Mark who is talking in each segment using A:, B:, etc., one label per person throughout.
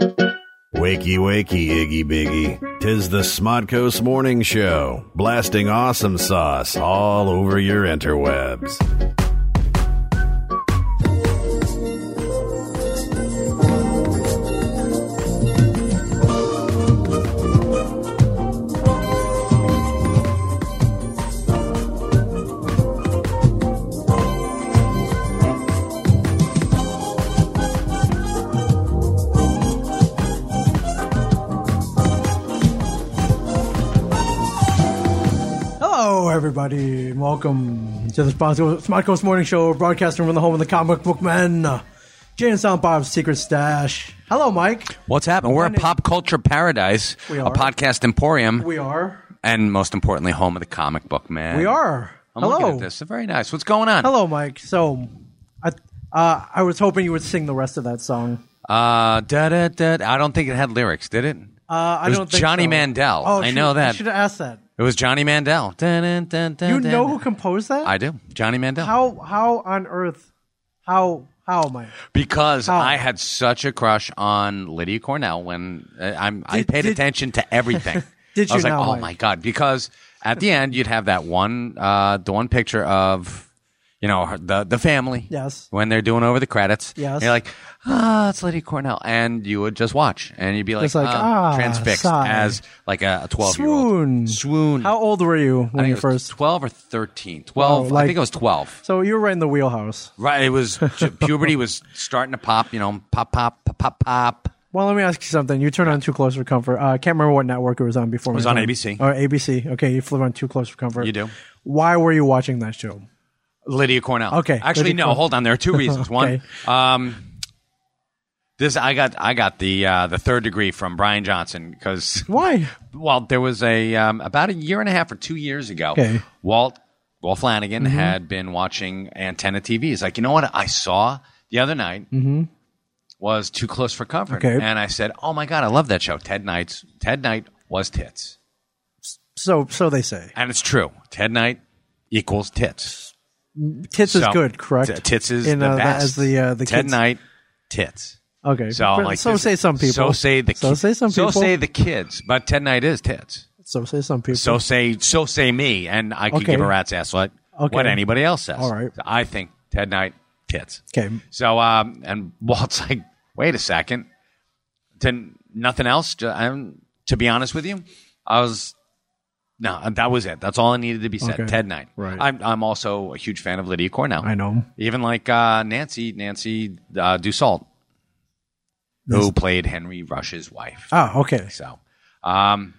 A: Wakey, wakey, Iggy Biggy. Tis the Smodco's Morning Show, blasting awesome sauce all over your interwebs.
B: Hello, everybody, and welcome to the sponsor Smart Coast Morning Show, broadcasting from the home of the comic book men, uh, Jay and Silent Bob's Secret Stash. Hello, Mike.
C: What's happening? We're a
B: When it-
C: pop culture paradise,
B: We
C: a
B: are.
C: podcast emporium,
B: We are.
C: and most importantly, home of the comic book man.
B: We are.
C: I'm
B: Hello.
C: looking at this. Very nice. What's going on?
B: Hello, Mike. So, I uh, I was hoping you would sing the rest of that song.
C: Uh, da da da. I don't think it had lyrics, did it?
B: Uh, I
C: It was
B: don't think
C: Johnny
B: so.
C: Mandel.
B: Oh,
C: I
B: shoot,
C: know that.
B: You should have asked that.
C: It was Johnny Mandel. Dun, dun, dun, dun,
B: You
C: dun.
B: know who composed that?
C: I do. Johnny Mandel.
B: How how on earth? How how Mike?
C: because
B: How?
C: I had such a crush on Lydia Cornell when uh, I'm, I
B: Did-
C: paid
B: did-
C: attention to everything.
B: Did
C: I was
B: you
C: like,
B: now,
C: oh
B: Mike?
C: my god! Because at the end, you'd have that one, uh, the one picture of, you know, her, the the family.
B: Yes.
C: When they're doing over the credits.
B: Yes.
C: And you're like, ah, it's Lydia Cornell, and you would just watch, and you'd be like,
B: Just like,
C: uh,
B: ah,
C: transfixed
B: sigh.
C: as like a twelve year
B: Swoon.
C: old swoon.
B: How old were you
C: I
B: when
C: think
B: you
C: it was
B: first?
C: twelve or thirteen. Twelve.
B: like-
C: I think it was twelve.
B: So you were right in the wheelhouse.
C: Right. It was puberty was starting to pop. You know, pop, pop, pop, pop, pop.
B: Well, let me ask you something. You turned on Too Close for Comfort. Uh, I can't remember what network it was on before. It
C: was on ABC.
B: Or ABC. Okay, you flew on Too Close for Comfort.
C: You do.
B: Why were you watching that show?
C: Lydia Cornell.
B: Okay,
C: Actually,
B: Lydia
C: no.
B: Cornell.
C: Hold on. There are two reasons. One, um, this I got. I got the uh, the third degree from Brian Johnson because
B: Why?
C: well, there was a um, about a year and a half or two years ago.
B: Okay. Mm-hmm.
C: Walt Walt Flanagan had been watching antenna TV. He's like, you know what? I saw the other night was Too Close for Comfort,
B: Mm-hmm. Okay.
C: and I said, oh my god, I love that show. Ted Knight's Ted Knight was tits.
B: So, so they say.
C: And it's true. Ted Knight equals tits.
B: Tits is
C: So-
B: good, correct?
C: T- tits is
B: In,
C: the
B: uh,
C: best.
B: As the uh, the
C: Ted
B: kids-
C: Knight, tits.
B: Okay.
C: So I'm like,
B: so
C: this-
B: say some people.
C: So say the.
B: So
C: ki-
B: say some people.
C: So say the kids, but Ted Knight is tits.
B: So say some people.
C: So say so say me, and I could
B: Okay.
C: give a rat's ass what
B: Okay.
C: what anybody else says.
B: All right.
C: I think Ted Knight tits.
B: okay.
C: So um, and Walt's like, wait a second, to nothing else. Ju- I'm, to be honest with you, I was no, uh, that was it. That's all I needed to be said.
B: Okay.
C: Ted Knight.
B: Right.
C: I'm I'm also a huge fan of Lydia Cornell.
B: I know.
C: Even like uh, Nancy Nancy uh, Dussault, who played Henry Rush's wife.
B: Oh, okay.
C: So, um,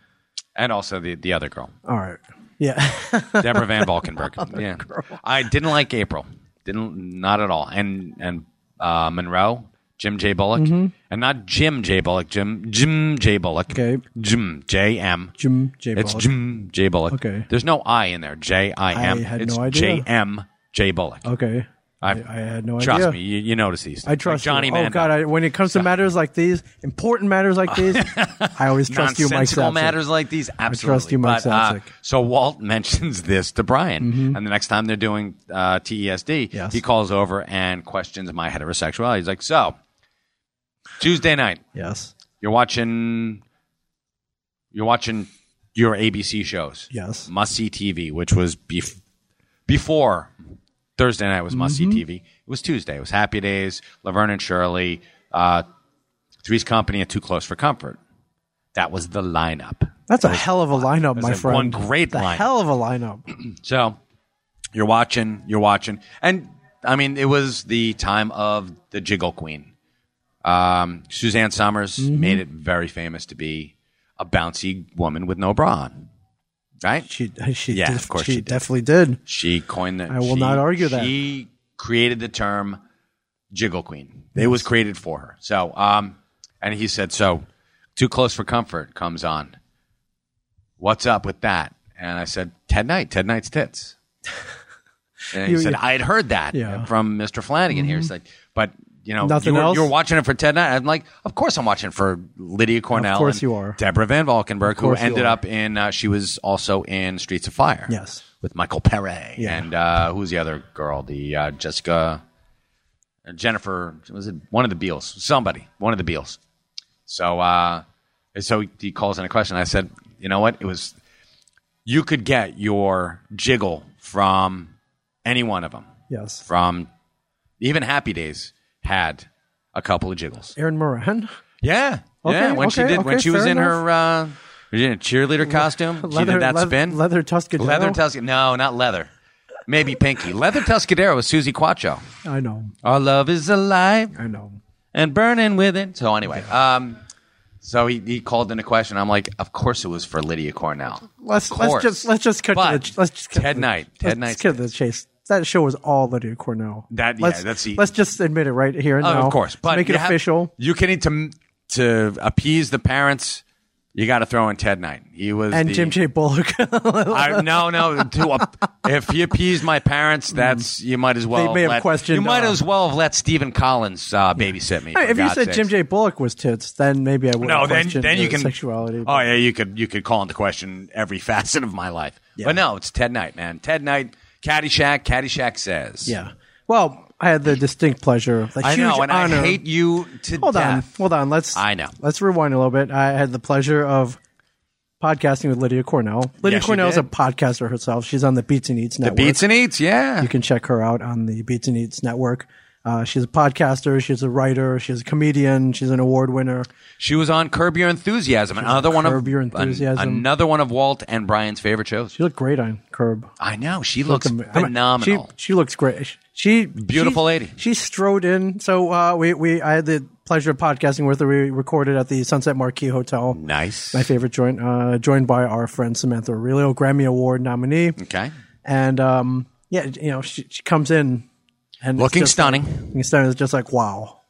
C: and also the the other girl,
B: All right. Yeah.
C: Deborah Van
B: Oh,
C: Valkenburg. yeah, I didn't like April. Didn't not at all. And and uh, Monroe, Jim J Bullock,
B: Mm-hmm.
C: and not Jim J Bullock. Jim Jim J Bullock.
B: Okay.
C: Jim J M.
B: Jim J.
C: It's
B: Bullock.
C: Jim J Bullock.
B: Okay.
C: There's no I in there. J I M.
B: I had
C: it's
B: no idea.
C: J M J Bullock.
B: Okay.
C: I,
B: I had no
C: trust
B: idea.
C: me, you, you notice these.
B: I trust
C: like Johnny
B: you.
C: Mandel.
B: Oh God! I, when it comes to matters like these, important matters like these, I always trust you, Mike.
C: Nonsensical
B: Sapsik.
C: matters like these, absolutely.
B: you, Mike
C: But, uh,
B: Zapsik.
C: so Walt mentions this to Brian, and the next time they're doing uh, TESD,
B: Yes.
C: he calls over and questions my heterosexuality. He's like, "So Tuesday night,
B: Yes.
C: you're watching, you're watching your ABC shows,
B: Yes.
C: must see TV, which was bef- before Thursday night was must see TV. It was Tuesday. It was Happy Days, Laverne and Shirley, uh, Three's Company, and Too Close for Comfort. That was the lineup.
B: That's a hell of a lineup,
C: That's
B: my
C: a
B: friend.
C: one great
B: the
C: lineup.
B: hell of a lineup.
C: So you're watching, you're watching, and I mean, it was the time of the Jiggle Queen. Um, Suzanne Summers made it very famous to be a bouncy woman with no bra on, right?
B: She, she,
C: Yeah,
B: def-
C: of course
B: she,
C: she did.
B: definitely did.
C: She coined the.
B: I will
C: she-
B: not argue that.
C: She created the term "jiggle queen." It was created for her. So, um, and he said, "So, too close for comfort comes on. What's up with that?" And I said, "Ted Knight. Ted Knight's tits." And he
B: You-
C: said,
B: you-
C: "I had heard that
B: Yeah. Mm-hmm.
C: from Mr. Flanagan here." He's like, "But." You know,
B: Nothing
C: you were,
B: else?
C: you were watching it for Ted Knight. I'm like, of course I'm watching for Lydia Cornell.
B: course
C: and
B: you are.
C: Deborah Van Valkenburg, who
B: course you
C: ended
B: are.
C: up in, uh, she was also in Streets of Fire
B: Yes.
C: with Michael Pere
B: Yeah.
C: and uh, who's the other girl? The uh, Jessica or Jennifer was it one of the Beals? Somebody, one of the Beals. So, uh, and so he calls in a question. I said, you know what? It was you could get your jiggle from any one of them.
B: Yes.
C: From even Happy Days had a couple of jiggles.
B: Aaron Moran.
C: Yeah,
B: Okay,
C: yeah. When she
B: okay,
C: did, when
B: okay,
C: she was
B: fair
C: in her uh, in a cheerleader costume, she did that
B: leather,
C: spin.
B: Leather Tuscadero.
C: Leather Tuscadero. No, not leather. Maybe pinky. Leather Tuscadero was Susie Quacho.
B: I know.
C: Our love is alive
B: I know.
C: and burning with it. So anyway, um, so he, he called in a question. I'm like, of course it was for Lydia Cornell.
B: Let's
C: Of
B: let's
C: course.
B: just let's just cut
C: But
B: to the, let's just cut
C: Ted
B: to the,
C: Knight. Ted
B: let's
C: Knight.
B: just cut to the chase. That show was all Lydia Cornell.
C: That- yeah,
B: let's,
C: that's the-
B: Let's just admit it right here and
C: Oh,
B: now.
C: of course,
B: Let's
C: but
B: make it
C: you have-
B: official.
C: you can need to to appease the parents. You got to throw in Ted Knight. He was
B: And
C: the,
B: Jim J. Bullock.
C: I, no, no. To up, if you appease my parents, that's you might as well.
B: may have
C: let-
B: questioned,
C: You might
B: uh,
C: as well have let Stephen Collins uh, babysit me. for
B: if you
C: God's
B: said
C: sakes.
B: Jim J. Bullock was tits, then maybe I would.
C: no, then
B: question
C: then you
B: the
C: can
B: sexuality.
C: Oh yeah, you could you could call into question every facet of my life. But no, it's Ted Knight, man. Ted Knight, Caddyshack. Caddyshack says,
B: yeah. Well, I had the distinct pleasure, the
C: I
B: huge
C: know, and
B: honor.
C: I hate you to
B: hold on,
C: death.
B: hold on. Let's.
C: I know.
B: Let's rewind a little bit. I had the pleasure of podcasting with Lydia Cornell. Lydia
C: Yes, you
B: Cornell is a
C: did.
B: podcaster herself. She's on the Beats and Eats network.
C: Beats and eats, yeah.
B: You can check her out on the Beats and Eats network. Uh, she's a podcaster. She's a writer. She's a comedian. She's an award winner.
C: She was on Curb Your Enthusiasm, another one of
B: Curb Your
C: an-
B: Enthusiasm.
C: another one of Walt and Brian's favorite shows.
B: She looked great on Curb.
C: I know she looks
B: I mean,
C: phenomenal.
B: She, she looks great. She
C: Beautiful
B: she-
C: lady.
B: She strode in. So uh, we we I had the pleasure of podcasting with her. We recorded at the Sunset Marquee Hotel.
C: nice.
B: My favorite joint, uh, joined by our friend Samantha Aurelio, Grammy Award nominee,
C: Okay,
B: and um, yeah, you know she, she comes in and it's
C: looking
B: just
C: stunning.
B: Like, looking stunning. It's just like wow,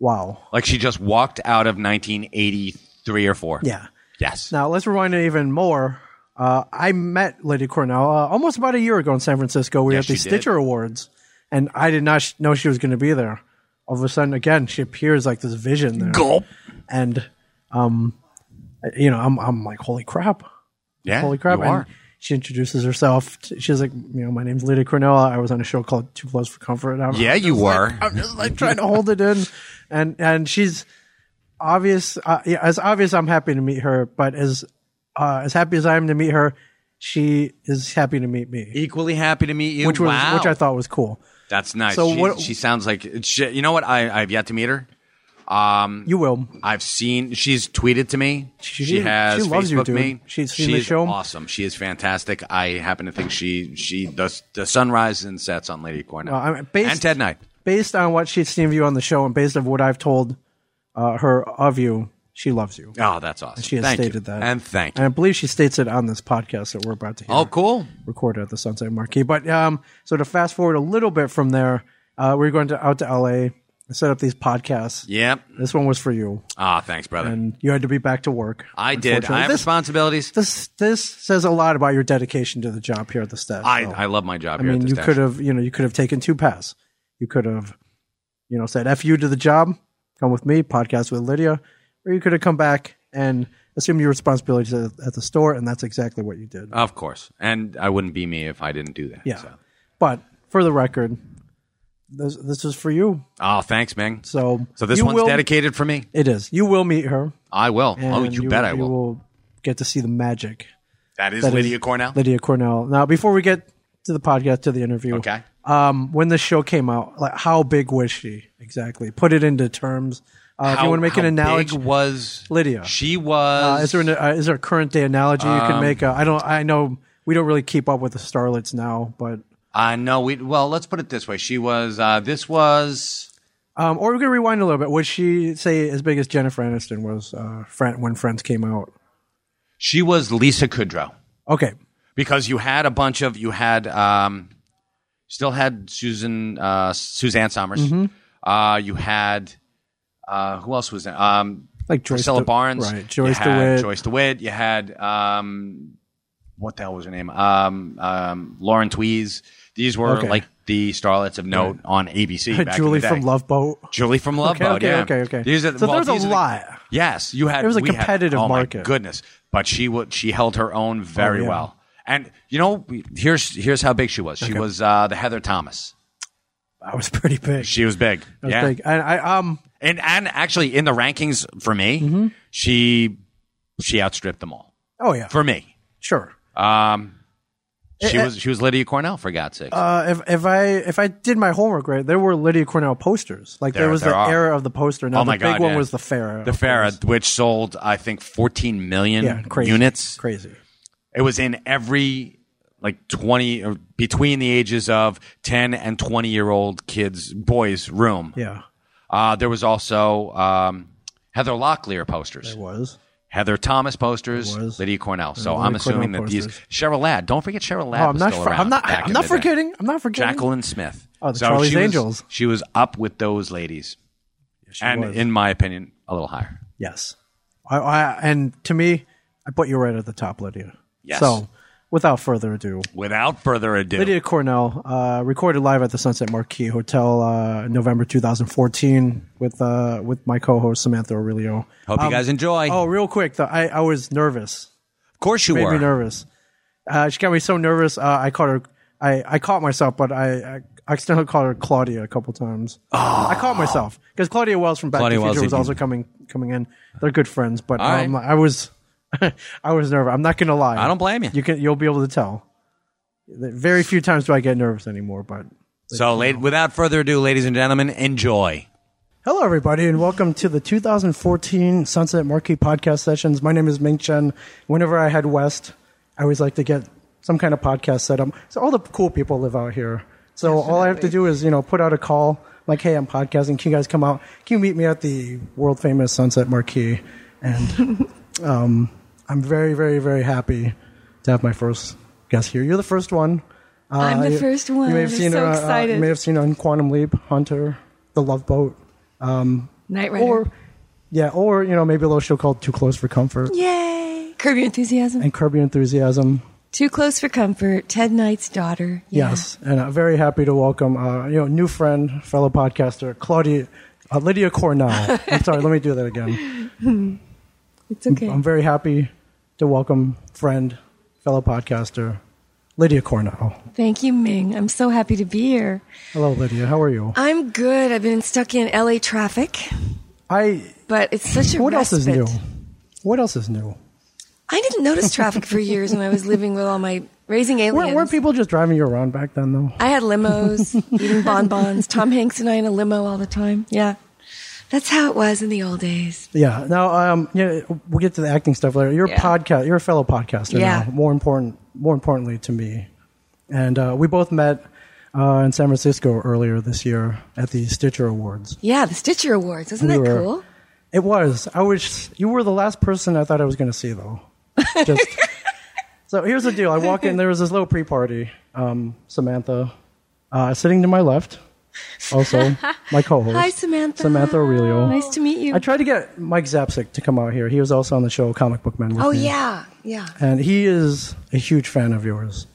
B: wow,
C: Like she just walked out of 1983 or four.
B: yeah.
C: Yes.
B: Now let's rewind it even more. Uh, I met Lady Cornell uh, almost about a year ago in San Francisco. We were at
C: Yes,
B: the
C: you did.
B: Stitcher Awards, and I did not sh- know she was going to be there. All of a sudden, again, she appears like this vision there,
C: Gulp.
B: and um, I- you know, I'm I'm like, holy crap,
C: Yeah.
B: holy crap!
C: You
B: and
C: are.
B: she introduces herself. T- She's like, you know, my name's Lady Cornell. I was on a show called Two Flows for Comfort. I'm,
C: Yeah, you were.
B: I'm just like trying to hold it in, and and she's obvious. Uh, yeah, as obvious, I'm happy to meet her, but as uh, as happy as I am to meet her, she is happy to meet me,
C: Equally happy to meet you.
B: which was
C: wow.
B: which I thought was cool.
C: That's nice.
B: So
C: she,
B: what-
C: she sounds like she, you know what? I, I've yet to meet her. Um,
B: You will.
C: I've seen she's tweeted to me.
B: She-
C: She,
B: she
C: has
B: loves you,
C: Facebooked
B: dude.
C: me.
B: She's seen the
C: She's
B: show.
C: Awesome. She is fantastic. I happen to think she she the the sunrise and sets on Lady Cornell
B: Uh, I mean, based-
C: and Ted Knight.
B: Based on what she's seen of you on the show, and based on what I've told uh, her of you, she loves you.
C: Oh, that's awesome.
B: She has
C: thank you.
B: stated that,
C: And thank
B: And
C: you.
B: I believe she states it on this podcast that we're about to hear.
C: Oh, cool.
B: recorded at the Sunset Marquee. But um, so to fast forward a little bit from there, uh, we were going to out to LA, set up these podcasts.
C: Yep.
B: This one was for you,
C: Ah, thanks, brother.
B: and you had to be back to work.
C: I did.
B: unfortunately.
C: I have
B: This,
C: responsibilities.
B: this this says a lot about your dedication to the job here at the staff.
C: I,
B: So,
C: I love my job
B: Oh. I
C: here
B: mean,
C: at
B: you
C: this
B: could have you know you could have taken two paths. You could have you know said "f you" to the job, come with me, podcast with Lydia, or you could have come back and assume your responsibilities at, at the store, and that's exactly what you did.
C: Of course. And I wouldn't be me if I didn't do that.
B: Yeah.
C: Oh, so.
B: But for the record, this this is for you.
C: Oh, thanks, Ming. So,
B: So
C: this
B: you
C: one's
B: will-
C: dedicated for me.
B: It is. You will meet her.
C: I will. Oh,
B: and
C: you, bet I
B: you
C: will.
B: get to see the magic.
C: That is
B: that is
C: Lydia Cornell.
B: Lydia Cornell. Now, before we get to the podcast, to the interview,
C: Okay.
B: Um, when the show came out, like how big was she exactly? Put it into terms. Uh, if you want to make an
C: how
B: analogy,
C: Big was
B: Lydia.
C: She
B: uh,
C: was.
B: is there an, uh, is there a current day analogy you
C: Um,
B: can make? Uh, I don't. I know we don't really keep up with the starlets now, but
C: uh, no, we. Well, let's put it this way. She was. Uh, this was.
B: Um, or we're gonna rewind a little bit. Would she say as big as Jennifer Aniston was uh, Fran- when Friends came out?
C: She was Lisa Kudrow
B: Okay,
C: because you had a bunch of you had um, still had Susan uh, Suzanne Summers.
B: Mm-hmm.
C: Uh, you had uh, who else was there? Um,
B: like Joyce
C: Priscilla
B: De-
C: Barnes,
B: right? Joyce
C: you had
B: DeWitt,
C: Joyce DeWitt. You had um, what the hell was her name? Um, um, Lauren Tweez. These were
B: Okay.
C: like the starlets of note on ABC. back in
B: Julie
C: the day.
B: from Love Boat.
C: Julie from Love
B: Okay,
C: Boat.
B: okay,
C: yeah.
B: okay, okay.
C: These are,
B: So
C: well,
B: there's a
C: these are the-
B: lot.
C: yes, you had.
B: It was a
C: we had-
B: competitive
C: oh
B: market. Oh,
C: My goodness, but she would. She held her own very
B: yeah.
C: well. And you know, we- here's here's how big she was. She was uh, the Heather Thomas
B: I was pretty big.
C: She was big.
B: I was
C: yeah.
B: big. And I um
C: And and actually in the rankings for me,
B: Mm-hmm.
C: she she outstripped them all.
B: oh yeah
C: For me.
B: sure.
C: Um she
B: Eh, eh.
C: was she was Lydia Cornell for God's sake.
B: Uh, if if I if I did my homework right, there were Lydia Cornell posters. Like there,
C: There-
B: was
C: there
B: the
C: are.
B: era of the poster. Now
C: Oh, my
B: the big
C: God,
B: one
C: yeah.
B: was the Farrah.
C: the
B: of course.
C: Farah, which sold I think 14 million
B: yeah, crazy
C: units.
B: crazy.
C: It was in every like 20 or between the ages of 10 and 20 year old kids boys room.
B: Yeah,
C: Uh, there was also um, Heather Locklear posters.
B: it was.
C: Heather Thomas posters,
B: There was. Uh,
C: Lydia Cornell. So
B: Lydia
C: I'm assuming
B: Cornell
C: that these
B: posters.
C: Cheryl Ladd. Don't forget Cheryl Ladd.
B: Oh, I'm
C: was
B: not.
C: still
B: for-
C: around
B: I'm not.
C: back
B: I'm
C: in
B: not
C: the day.
B: forgetting. I'm not forgetting.
C: Jacqueline Smith.
B: Oh, the Charlie's
C: she was-
B: Angels.
C: she was up with those ladies, and
B: was.
C: in my opinion, a little higher.
B: Yes. I, I and to me, I put you right at the top, Lydia.
C: Yes.
B: So, without further ado,
C: Without further ado,
B: Lydia Cornell uh, recorded live at the Sunset Marquee Hotel, uh, November 2014, with uh, with my co-host Samantha Aurelio.
C: hope you guys enjoy.
B: Oh, real quick, though, I I was nervous.
C: of course you
B: Made me
C: were.
B: nervous. Uh, she got me so nervous. Uh, I caught her. I, I caught myself, but I, I accidentally called her Claudia a couple times. I caught myself because Claudia Wells from Back
C: Ah. Claudia
B: to the Future was
C: Wells, you-
B: also coming coming in. They're good friends, but
C: All
B: um, I was I was nervous. I'm not gonna lie.
C: I don't blame you.
B: You can you'll be able to tell. Very few times do I get nervous anymore. But
C: So, la- without further ado, ladies and gentlemen, enjoy.
B: hello, everybody, and welcome to the 2014 Sunset Marquee podcast sessions. My name is Ming Chen. Whenever I head west, I always like to get some kind of podcast set up. So all the cool people live out here. So all I have to do is you know put out a call like, hey, I'm podcasting. Can you guys come out? Can you meet me at the world famous Sunset Marquee? And um, I'm very, very, very happy to have my first guest here. You're the first one. Uh,
D: I'm the
B: you-
D: first one.
B: You may have
D: I'm
B: seen
D: so
B: her. uh,
D: excited.
B: you may have seen her on Quantum Leap, Hunter, The Love Boat,
D: Night Rider.
B: or yeah, or you know maybe a little show called Too Close for Comfort
D: Yay! Curb Your Enthusiasm.
B: and Curb Your Enthusiasm.
D: Too Close for Comfort. Ted Knight's daughter. Yeah.
B: Yes, and I'm very happy to welcome uh, you know new friend, fellow podcaster, Claudia. Uh, Lydia Cornell. I'm sorry, let me do that again.
D: It's okay.
B: I'm very happy to welcome friend, fellow podcaster, Lydia Cornell.
D: Thank you, Ming. I'm so happy to be here.
B: Hello, Lydia. How are you?
D: I'm good. I've been stuck in LA traffic,
B: I
D: but it's such a
B: What else is new?
D: respite.
B: What else is new?
D: I didn't notice traffic for years when I was living with all my raising aliens.
B: Weren't, weren't people just driving you around back then, though?
D: I had limos, eating bonbons. Tom Hanks and I in a limo all the time. Yeah. That's how it was in the old days.
B: Yeah. Now, um, yeah, we'll get to the acting stuff later. You're
D: Yeah.
B: a podcast. You're a fellow podcaster
D: Yeah.
B: now. More important, more importantly to me, and uh, we both met uh, in San Francisco earlier this year at the Stitcher Awards.
D: Yeah, the Stitcher Awards. Isn't
B: We
D: that
B: were-
D: cool?
B: It was. I was. You were the last person I thought I was going to see, though. Just. so here's the deal. I walk in. There was this little pre-party. Um, Samantha, uh, sitting to my left, also my co-host.
D: Hi, Samantha.
B: Samantha Aurelio.
D: Nice to meet you.
B: I tried to get Mike Zapsik to come out here. He was also on the show Comic Book Men. With
D: Oh
B: me.
D: yeah, yeah.
B: And he is a huge fan of yours.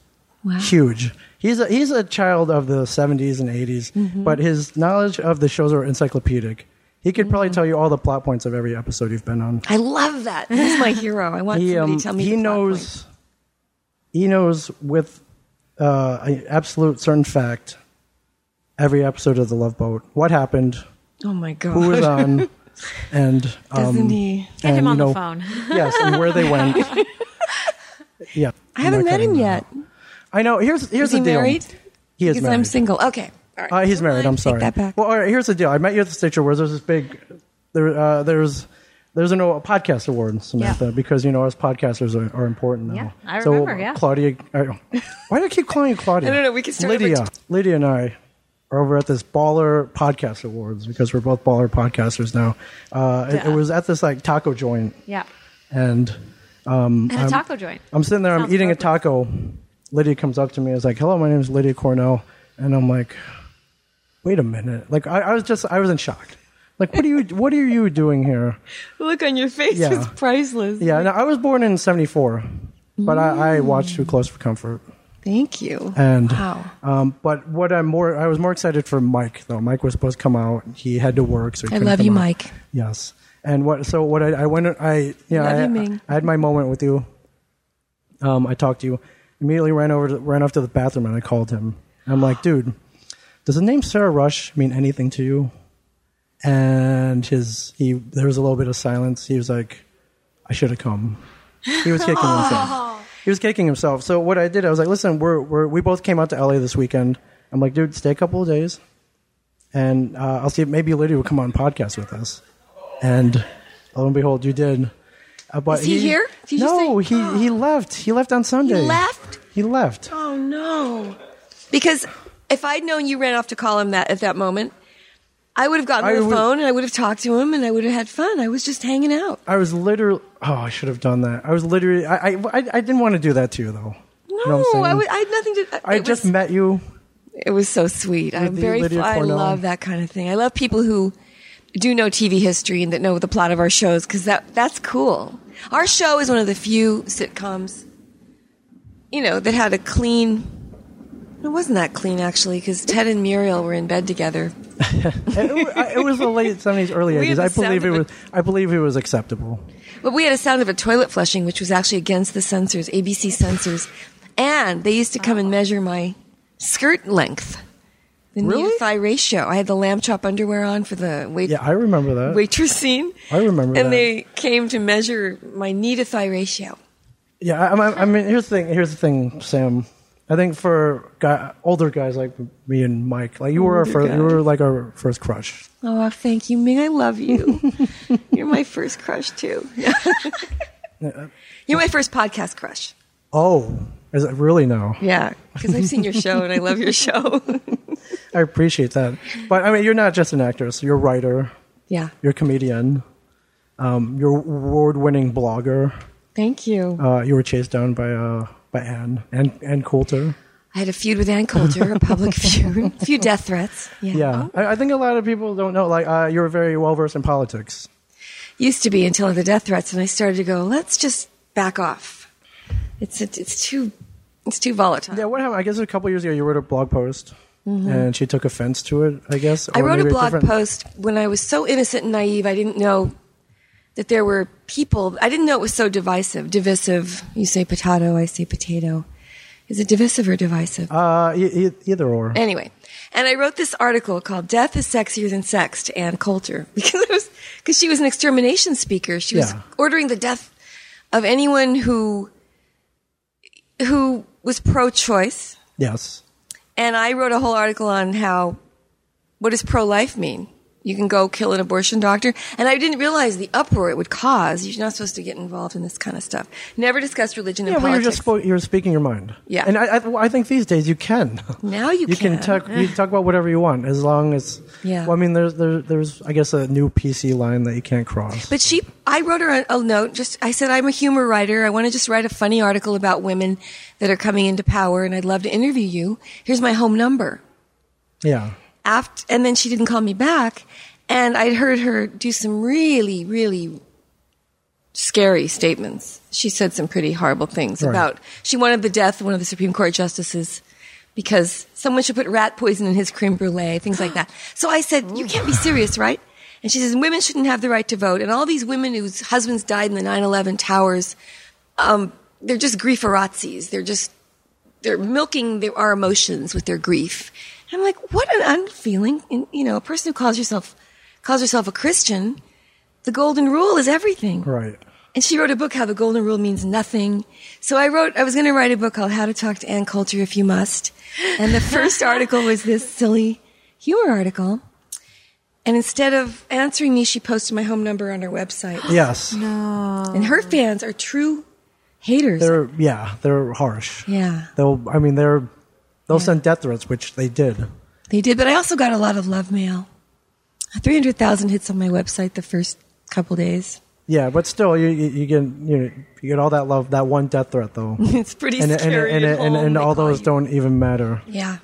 D: Wow.
B: Huge. He's a, he's a child of the 70s and 80s,
D: Mm-hmm.
B: but his knowledge of the shows are encyclopedic. He could
D: Mm-hmm.
B: probably tell you all the plot points of every episode you've been on.
D: I love that. He's my hero. I want
B: He,
D: somebody
B: um,
D: to tell me.
B: he
D: the plot
B: knows he knows with uh, an absolute certain fact every episode of The Love Boat, what happened,
D: point. Oh my god.
B: who was on, and um,
D: Doesn't he?
E: Get him
B: and,
E: on
B: you know,
E: the phone.
B: yes, and where they went. Yeah,
D: I haven't
B: I'm not
D: met him
B: cutting that
D: yet.
B: out. I know. Here's here's
D: Is he
B: the deal.
D: married?
B: He is
D: because
B: married.
D: I'm single. Okay. All right.
B: Uh, he's married. I'm sorry.
D: Take that back.
B: Well, all right, here's the deal. I met you at the Stitcher Awards. There's this big. There, uh, there's there's an, a podcast award, Samantha,
E: Yeah.
B: because you know us podcasters are, are important now.
E: Yeah, I
B: so,
E: remember, yeah.
B: Claudia. I- why do I keep calling you Claudia?
D: I don't know, we could start over
B: Lydia. Lydia and I are over at this Baller Podcast Awards because we're both Baller podcasters now. Uh, it- It
E: Yeah.
B: was at this like taco joint
E: Yeah.
B: and um,
E: At a taco joint.
B: I'm sitting there, I'm
E: Sounds
B: eating a
E: perfect.
B: taco. Lydia comes up to me and is like, hello, my name is Lydia Cornell. And I'm like, wait a minute. Like, I, I was just, I was in shock. Like, what are you, what are you doing here?
D: The look on your face
B: Yeah.
D: is priceless.
B: Yeah, no, I was born in 74, but I, I watched Too Close for Comfort.
D: Thank you.
B: And,
D: wow.
B: um, but what I'm more, I was more excited for Mike though. Mike was supposed to come out. He had to work. So he
D: I
B: couldn't
D: love
B: come
D: you,
B: out.
D: Mike.
B: Yes. And what? So what? I, I went. I yeah.
D: Love
B: I,
D: you, Ming.
B: I had my moment with you. Um, I talked to you. Immediately ran over. To, ran off to the bathroom and I called him. I'm like, dude, Does the name Sarah Rush mean anything to you? And his he there was a little bit of silence. He was like, I should have come. He was kicking
D: Oh.
B: himself. He was kicking himself. So what I did, I was like, listen, we're, we're we both came out to LA this weekend. I'm like, dude, stay a couple of days, and uh, I'll see. if Maybe Lydia will come on podcast with us. And lo and behold, you did. Uh, but
D: Is he here? Did you
B: no,
D: say- Oh.
B: he he left. He left on Sunday.
D: left?
B: He left.
D: Oh no! Because if I'd known you ran off to call him that at that moment, I would have gotten
B: I
D: on the
B: would-
D: phone and I would have talked to him and I would have had fun. I was just hanging out.
B: I was literally. Oh, I should have done that. I was literally. I I, I, I didn't want to do that to you though.
D: No,
B: You know what I'm saying?
D: I, would, I had nothing to.
B: I
D: it
B: just
D: was,
B: met you.
D: It was so sweet. I'm
B: the
D: very.
B: Lydia
D: fl- I
B: Cornell.
D: love that kind of thing. I love people who do know TV history and that know the plot of our shows because that that's cool. Our show is one of the few sitcoms, you know, that had a clean. It wasn't that clean actually because Ted and Muriel were in bed together.
B: it, wa- it was the late seventies, early
D: We
B: eighties.
D: had
B: I
D: the sound
B: believe it
D: of a-
B: was. I believe it was acceptable.
D: But we had a sound of a toilet flushing, which was actually against the censors, ABC censors. And they used to come and measure my skirt length, the knee
B: Really?
D: to thigh ratio. I had the lamb chop underwear on for the wait-
B: Yeah, I remember that.
D: waitress scene.
B: Uh, I remember
D: And
B: that.
D: they came to measure my knee to thigh ratio.
B: Yeah, I, I, I mean, here's the thing. Here's the thing, Sam. I think for guy, older guys like me and Mike, like you were our first, you were like our first crush.
D: Oh, thank you, Ming. I love you. You're my first crush, too.
B: uh,
D: You're my first podcast crush.
B: Oh, is it really now?
D: Yeah, because I've seen your show and I love your show.
B: I appreciate that, but I mean, you're not just an actress. You're a writer.
D: yeah.
B: You're a comedian. Um, you're award-winning blogger.
D: Thank you.
B: Uh, you were chased down by uh, by Anne and and Coulter.
D: I had a feud with Ann Coulter, a public feud, a few death threats. Yeah.
B: Yeah, I, I think a lot of people don't know. Like, uh, you're very well versed in politics.
D: Used to be until the death threats, and I started to go, let's just back off. It's it's too it's too volatile.
B: Yeah, what happened? I guess a couple years ago, you wrote a blog post, and she took offense to it. I guess
D: Mm-hmm. I
B: or
D: wrote a
B: maybe
D: blog
B: different-
D: post when I was so innocent and naive. I didn't know that there were people. I didn't know it was so divisive. Divisive. You say potato. I say potato. Is it divisive or divisive?
B: Uh, e- e- either or.
D: Anyway, and I wrote this article called "Death is Sexier Than Sex" to Ann Coulter because it was because she was an extermination speaker. She was
B: Yeah.
D: ordering the death of anyone who who was pro-choice,
B: yes.
D: and I wrote a whole article on how what does pro-life mean. You can go kill an abortion doctor, and I didn't realize the uproar it would cause. You're not supposed to get involved in this kind of stuff. Never discuss religion
B: Yeah,
D: and
B: well, you're
D: politics.
B: just spo- you're speaking your mind.
D: Yeah.
B: and I I, well, I think these days you can.
D: now you,
B: You can talk. You talk about whatever you want, as long as.
D: Yeah.
B: Well, I mean, there's there, there's I guess a new PC line that you can't cross.
D: But she, I wrote her a, a note. Just I said, I'm a humor writer. I want to just write a funny article about women that are coming into power, and I'd love to interview you. Here's my home number.
B: yeah.
D: After, and then she didn't call me back, and I'd heard her do some really, really scary statements. She said some pretty horrible things
B: Right.
D: about. She wanted the death of one of the Supreme Court justices. Because someone should put rat poison in his creme brulee, things like that. So I said, You can't be serious, right? And she says, Women shouldn't have the right to vote. And all these women whose husbands died in the 9 11 towers, um, they're just grieferazzis. They're just they're milking their, our emotions with their grief. And I'm like, what an unfeeling, in, you know, a person who calls yourself calls herself a Christian. The golden rule is everything.
B: Right.
D: And she wrote a book, How the Golden Rule Means Nothing. So I wrote, I was going to write a book called How to Talk to Ann Coulter If You Must. And the first article was this silly humor article. And instead of answering me, she posted my home number on her website.
B: Yes.
D: And her fans are true haters.
B: Oh. They're yeah. They're harsh.
D: yeah.
B: They'll. I mean, they're. They'll send death threats, which they did.
D: They did, but I also got a lot of love mail. 300,000 hits on my website the first couple days.
B: Yeah, but still, you you, you get you, know, you get all that love, that one death threat though,
D: It's pretty
B: and and and,
D: scary.
B: and,
D: at home,
B: and,
D: they
B: all
D: call
B: those
D: you.
B: don't even matter.
D: Yeah.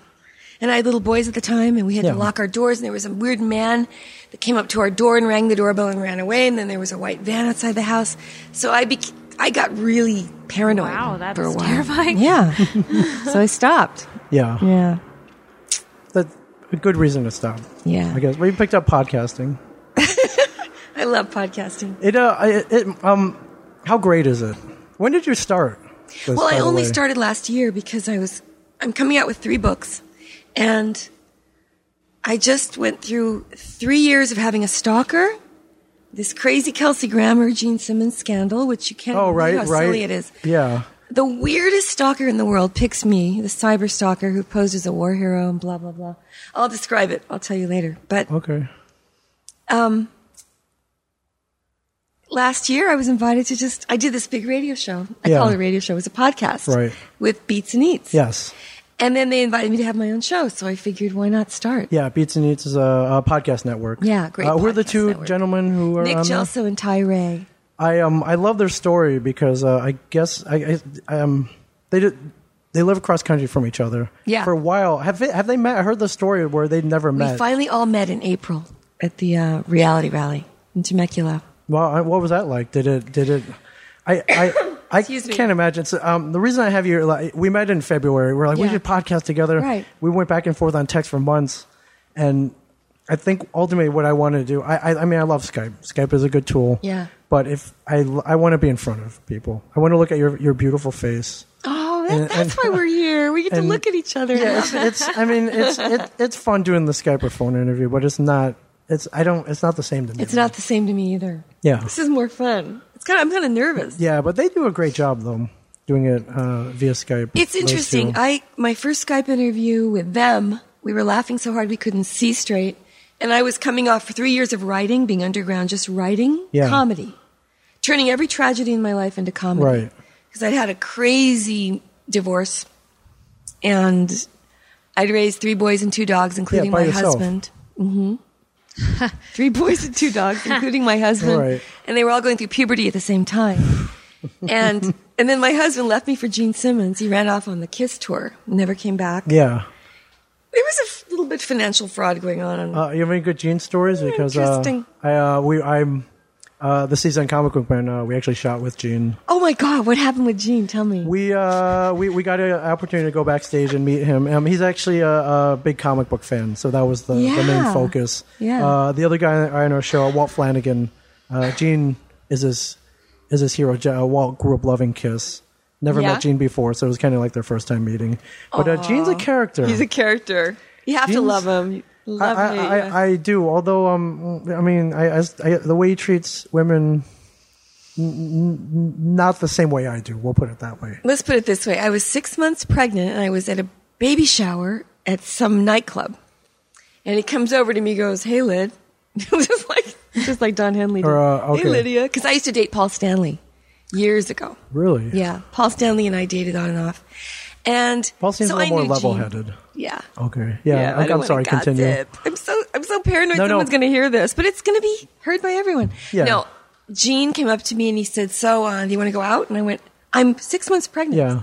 D: And I had little boys at the time, and we had
B: Yeah.
D: to lock our doors, and there was a weird man that came up to our door and rang the doorbell and ran away, and then there was a white van outside the house. So I bec I got really paranoid.
E: Wow, that's
D: for a while.
E: terrifying.
D: Yeah. so I stopped.
B: Yeah,
D: Yeah.
B: that's a good reason to stop.
D: Yeah.
B: I guess we picked up podcasting.
D: I love podcasting.
B: It uh, I- it, it um, how great is it? When did you start? this,
D: Well, I
B: by the
D: only
B: way?
D: started last year because I was I'm coming out with three books, and I just went through three years of having a stalker, this crazy Kelsey Grammer Gene Simmons scandal, which you can't
B: Oh,
D: believe
B: right,
D: how
B: right.
D: silly it is.
B: Yeah.
D: The weirdest stalker in the world picks me, the cyber stalker who posed as a war hero and blah blah blah. I'll describe it. I'll tell you later. But
B: Okay.
D: um, last year I was invited to just I did this big radio show. I
B: Yeah.
D: call it a radio show. It was a podcast
B: Right.
D: with Beats and Eats.
B: Yes.
D: And then they invited me to have my own show, so I figured why not start?
B: Yeah. Beats and Eats is a, a podcast network.
D: Yeah, great
B: Uh, who are the
D: podcast
B: two
D: network.
B: gentlemen who are
D: Nick
B: on there?
D: Gelso and Ty Ray.
B: I um I love their story because uh, I guess I, I um they did they live across country from each other.
D: Yeah.
B: For a while, have they, have they met? I heard the story where they never
D: We
B: met.
D: finally all met in April at the uh, reality rally in Temecula.
B: Well, I, what was that like? Did it? Did it? I I, I
D: Excuse me.
B: can't imagine. So, um, the reason I have you, like, we met in February. We're like we
D: Yeah.
B: should podcast together.
D: Right.
B: We went back and forth on text for months, and I think ultimately what I want to do. I, I I mean I love Skype. Skype is a good tool.
D: Yeah.
B: But if I I want to be in front of people, I want to look at your your beautiful face.
D: Oh, that,
B: And-
D: that's
B: and-
D: why we're here. We get to
B: and-
D: look at each other.
B: Yeah, it's, it's I mean it's it, it's fun doing the Skype or phone interview, but it's not. It's I don't. It's not the same to me.
D: it's not the same to me either.
B: Yeah.
D: This is more fun. It's kind of, I'm kind of nervous.
B: Yeah, but they do a great job though, doing it uh, via Skype.
D: It's
B: those
D: interesting. Um,
B: two.
D: I my first Skype interview with them, we were laughing so hard we couldn't see straight, and I was coming off three years of writing, being underground, just writing
B: Yeah.
D: comedy, turning every tragedy in my life into comedy.
B: Right.
D: Because I'd had a crazy divorce, and I'd raised three boys and two dogs, including
B: by
D: my
B: yourself.
D: husband. hmm three boys and two dogs, including my husband,
B: Right.
D: and they were all going through puberty at the same time and and then my husband left me for Gene Simmons. He ran off on the Kiss tour, never came back.
B: yeah.
D: There was a f- little bit financial fraud going on.
B: Uh, you have any good Gene stories? Because uh,
D: interesting.
B: I uh, we I'm uh, the season comic book man. Uh, we actually shot with Gene.
D: oh my God, what happened with Gene? Tell me.
B: We uh, we we got an opportunity to go backstage and meet him. Um, he's actually a, a big comic book fan, so that was the, the main
D: Yeah.
B: focus.
D: Yeah.
B: Uh, the other guy on our show, Walt Flanagan. Uh, Gene is his is his hero. Ja- uh, Walt grew up loving Kiss. Never
D: Yeah.
B: met Gene before, so it was kind of like their first time meeting. But uh, Gene's a character.
D: He's a character. You have to
B: Gene's-
D: love him. You Love
B: I,
D: him.
B: I, I, I do. Although, um, I mean, I, I, I- the way he treats women, n- n- not the same way I do. We'll put it that way.
D: Let's put it this way: I was six months pregnant, and I was at a baby shower at some nightclub, and he comes over to me, and goes, "Hey, Lyd," just like just like Don Henley. Did.
B: Or, uh,
D: Hey,
B: okay.
D: Lydia, because I used to date Paul Stanley years ago.
B: Really?
D: Yeah, Paul Stanley and I dated on and off, and
B: Paul seems
D: so
B: a little
D: I
B: more
D: knew Gene.
B: level-headed.
D: Yeah.
B: Okay. Yeah.
D: Yeah, I
B: I'm,
D: don't
B: I'm
D: wanna
B: sorry. Continue.
D: gossip. I'm so I'm so paranoid
B: No, no.
D: someone's going to hear this, but it's going to be heard by everyone.
B: Yeah.
D: No, Gene came up to me and he said, "So, uh, do you want to go out?" And I went, "I'm six months pregnant."
B: Yeah.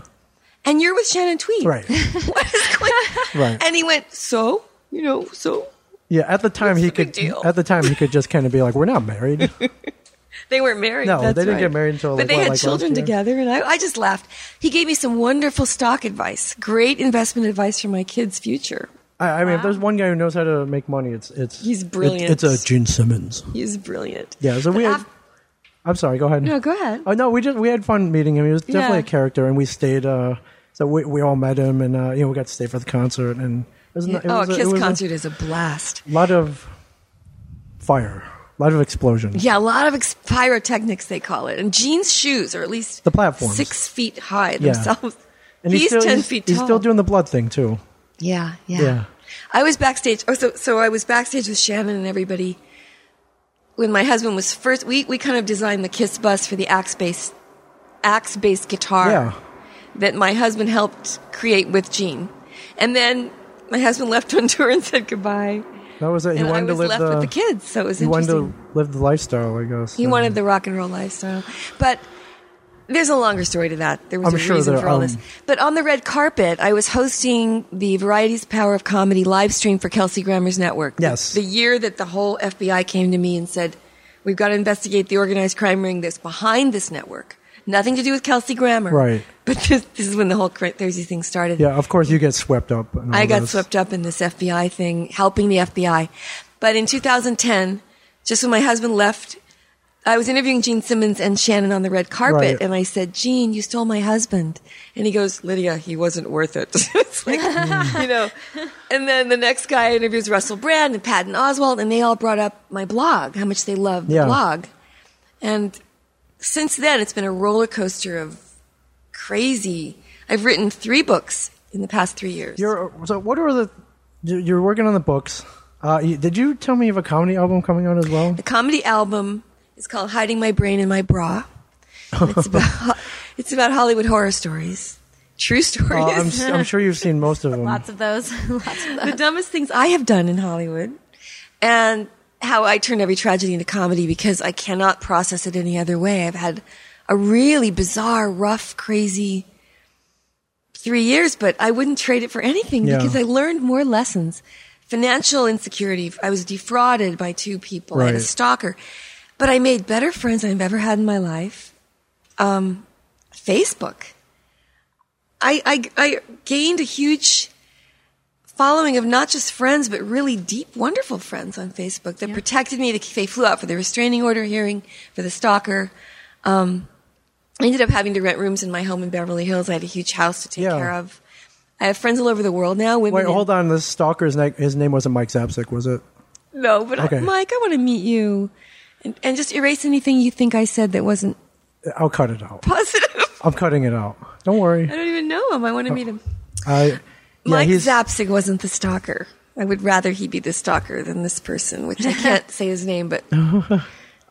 D: And you're with Shannon Tweed.
B: Right.
D: what is going?
B: Right.
D: And he went, "So, you know, so
B: Yeah. At the time, he
D: the big
B: could.
D: deal?
B: At the time, he could just kind of be like, "We're not married."
D: They weren't married.
B: No,
D: that's
B: they didn't
D: right.
B: get married until,
D: But
B: like,
D: they
B: what,
D: had
B: like, last
D: children
B: year?
D: together, and I, I just laughed. He gave me some wonderful stock advice, great investment advice for my kids' future.
B: I, I mean, if there's one guy who knows how to make money, it's it's
D: He's
B: it-
D: brilliant.
B: it's a Gene Simmons.
D: He's brilliant.
B: Yeah. So
D: But
B: we. Had,
D: af-
B: I'm sorry. Go ahead.
D: no, go ahead.
B: Oh no, we just we had fun meeting him. He was definitely
D: Yeah.
B: a character, and we stayed. Uh, so we we all met him, and uh, you know we got to stay for the concert, and it was, n- it
D: oh,
B: was
D: a
B: it
D: kids
B: was
D: concert is a blast.
B: A lot of fire, a lot of explosions.
D: Yeah, a lot of ex- pyrotechnics they call it, and Gene's shoes are at least
B: The platforms.
D: six feet high
B: Yeah.
D: themselves.
B: and
D: he's,
B: still,
D: ten
B: he's,
D: feet tall.
B: He's still doing the blood thing too.
D: Yeah, yeah.
B: Yeah.
D: I was backstage. Oh, so so I was backstage with Shannon and everybody. When my husband was first, we we kind of designed the Kiss bus for the axe bass, axe bass guitar
B: Yeah.
D: that my husband helped create with Gene, and then my husband left on tour and said goodbye,
B: That was it. He
D: and I
B: wanted
D: was
B: to live
D: left
B: the
D: with the kids. So it was
B: He wanted
D: interesting.
B: to live the lifestyle, I guess.
D: He wanted the rock and roll lifestyle. But there's a longer story to that. There was
B: I'm
D: a
B: sure
D: reason
B: there-
D: for all this.
B: um,
D: But on the red carpet, I was hosting the Variety's Power of Comedy live stream for Kelsey Grammer's network. The-
B: Yes.
D: The, year that the whole FBI came to me and said, We've got to investigate the organized crime ring that's behind this network. Nothing to do with Kelsey Grammer.
B: Right.
D: But this, this is when the whole cra- crazy thing started.
B: yeah, of course you get swept up. in all
D: I got
B: this.
D: swept up in this FBI thing, helping the FBI. But in 2010, just when my husband left, I was interviewing Gene Simmons and Shannon on the red carpet,
B: Right.
D: and I said, Gene, you stole my husband. And he goes, Lydia, he wasn't worth it. it's like,
B: Mm.
D: you know. And then the next guy interviews Russell Brand and Patton Oswald, and they all brought up my blog, how much they love the
B: Yeah.
D: blog. And since then, it's been a roller coaster of crazy. I've written three books in the past three years.
B: You're, so what are the? you- You're working on the books. Uh, you, did you tell me you have a comedy album coming out as well?
D: The comedy album is called Hiding My Brain in My Bra. And It's about, it's about Hollywood horror stories, true
B: Uh, I'm,
D: stories.
B: s- I'm sure you've seen most of them.
E: Lots of those. Lots of
D: the dumbest things I have done in Hollywood and how I turned every tragedy into comedy because I cannot process it any other way. I've had a really bizarre, rough, crazy three years, but I wouldn't trade it for anything
B: Yeah.
D: because I learned more lessons. Financial insecurity. I was defrauded by two people. I had a
B: Right.
D: stalker, but I made better friends I've ever had in my life. Um, Facebook. I, I, I gained a huge following of not just friends, but really deep, wonderful friends on Facebook that protected me. They flew out for the restraining order hearing, for the stalker. Um, I ended up having to rent rooms in my home in Beverly Hills. I had a huge house to take
B: Yeah.
D: care of. I have friends all over the world now. Women
B: Wait,
D: in-
B: hold on. This stalker's name, his name wasn't Mike Zapsik, was it?
D: No, but I-
B: Okay.
D: Mike, I want to meet you. And, and just erase anything you think I said that wasn't
B: I'll cut it out.
D: positive.
B: I'm cutting it out. Don't worry.
D: I don't even know him. I want to meet him.
B: I Uh, yeah,
D: Mike
B: he's,
D: Zapsig wasn't the stalker. I would rather he be the stalker than this person, which I can't say his name, but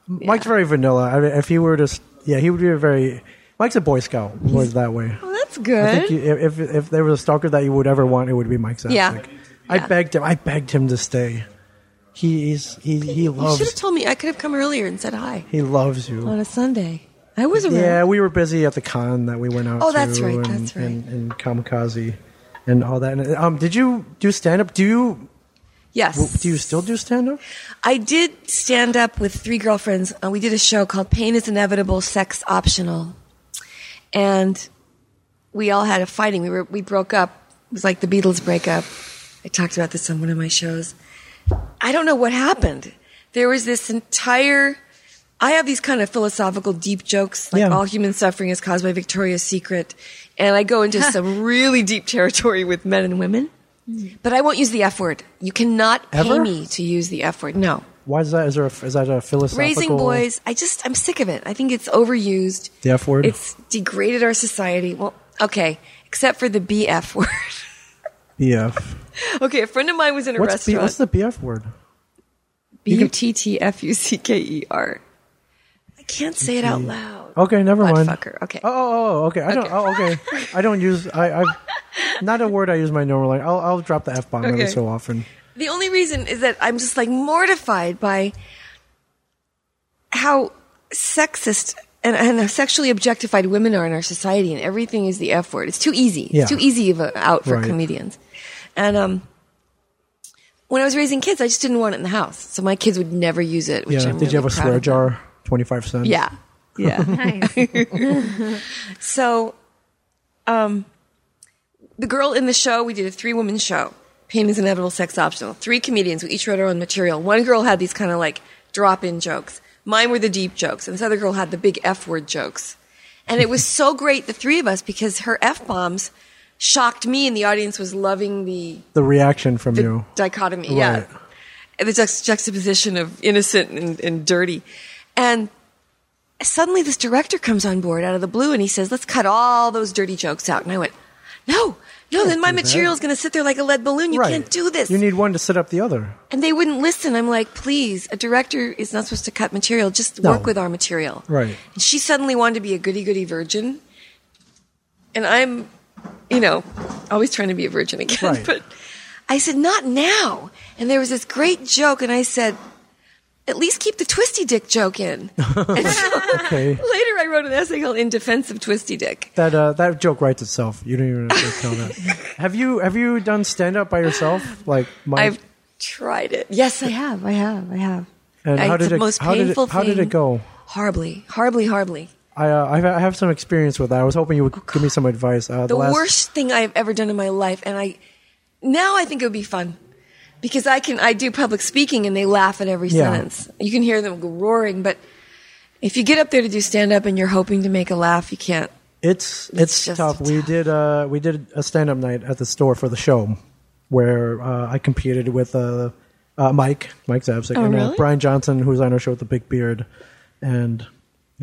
B: Mike's very vanilla. I mean, if he were to, s- yeah, he would be a very. Mike's a Boy Scout. Was that way?
D: oh, that's
B: I
D: good.
B: think you, if if- if there was a stalker that you would ever want, it would be Mike Zapsik.
D: Yeah.
B: I
D: Yeah.
B: begged him. I begged him to stay. He's he he
D: You should have
B: loves
D: told Oh, me. I could have come earlier and said hi
B: he loves
D: on
B: you.
D: a Sunday. I was around.
B: Yeah, we were busy at the con that we went out.
D: Oh, that's
B: to
D: right,
B: And,
D: that's right.
B: And, and kamikaze, and all that. And, um, did you do stand up? Do you
D: Yes.
B: do you still do stand up?
D: I did stand up with three girlfriends. Uh, we did a show called Pain is Inevitable, Sex Optional. And we all had a fighting. We, were, we broke up. It was like the Beatles breakup. I talked about this on one of my shows. I don't know what happened. There was this entire. I have these kind of philosophical deep jokes, like
B: Yeah.
D: all human suffering is caused by Victoria's Secret, and I go into some really deep territory with men and women. But I won't use the F word. You cannot pay
B: Ever?
D: me to use the F word. No.
B: Why is that? Is there a, is that a philosophical
D: Raising boys, I just, I'm sick of it. I think it's overused.
B: The F word?
D: It's degraded our society. Well, okay, except for the BF word.
B: BF?
D: okay, a friend of mine was in a
B: What's B,
D: restaurant.
B: what's the BF word?
D: B
B: can-
D: U T T F U C K E R. I can't say it out loud.
B: Okay, never mind.
D: Buttfucker. Okay.
B: Oh, oh, oh, okay. I don't.
D: Okay.
B: Oh, okay. I don't use. I. I not a word I use my normal. Like I'll, I'll drop the f bomb every
D: Okay.
B: so often.
D: The only reason is that I'm just like mortified by how sexist and, and sexually objectified women are in our society, and everything is the F word. It's too easy.
B: Yeah.
D: It's too easy of a out for
B: Right.
D: comedians. And um, when I was raising kids, I just didn't want it in the house, so my kids would never use it. Which
B: Yeah.
D: I'm
B: Did you have
D: really
B: a
D: proud
B: swear
D: of them.
B: jar? Twenty five cents.
D: Yeah, yeah.
E: nice.
D: So, um, the girl in the show, we did a three woman show. Pain is inevitable, sex optional. Three comedians, we each wrote our own material. One girl had these kind of like drop in jokes. Mine were the deep jokes, and this other girl had the big F word jokes. And it was so great, the three of us, because her F bombs shocked me, and the audience was loving the
B: The reaction from
D: the
B: you.
D: dichotomy. Yeah.
B: Right.
D: And The juxt- juxtaposition of innocent and, and dirty. And suddenly this director comes on board out of the blue and he says, let's cut all those dirty jokes out. And I went, no, no, then my
B: do that.
D: material is going to sit there like a lead balloon. You
B: right.
D: can't do this.
B: You need one to set up the other.
D: and they wouldn't listen. I'm like, please, a director is not supposed to cut material. Just
B: No.
D: work with our material.
B: Right.
D: And she suddenly wanted to be a goody goody virgin. And I'm, you know, always trying to be a virgin again.
B: Right.
D: But I said, not now. And there was this great joke, and I said, at least keep the twisty dick joke in. And so
B: Okay.
D: later I wrote an essay called In Defense of Twisty Dick.
B: That uh, that joke writes itself. You don't even have to tell that. have you have you done stand up by yourself? Like my.
D: I've tried it. Yes, I have. I have. I have.
B: and
D: I-
B: how
D: it's
B: did
D: the
B: it?
D: most
B: how did
D: painful
B: it? How did
D: thing.
B: it go?
D: Horribly, horribly, horribly.
B: I uh, I've- I have some experience with that. I was hoping you would give me some advice. Uh, the
D: the
B: last,
D: worst thing I've ever done in my life. And I, now I think it would be fun because I can, I do public speaking and they laugh at every
B: Yeah.
D: sentence. You can hear them roaring, but If you get up there to do stand up and you're hoping to make a laugh, you can't.
B: It's it's,
D: just
B: tough. We
D: tough.
B: did uh we did a stand up night at the store for the show, where uh, I competed with uh, uh Mike Mike Zabsik
E: Oh,
B: and uh,
E: really?
B: Brian Johnson, who's on our show with the big beard, and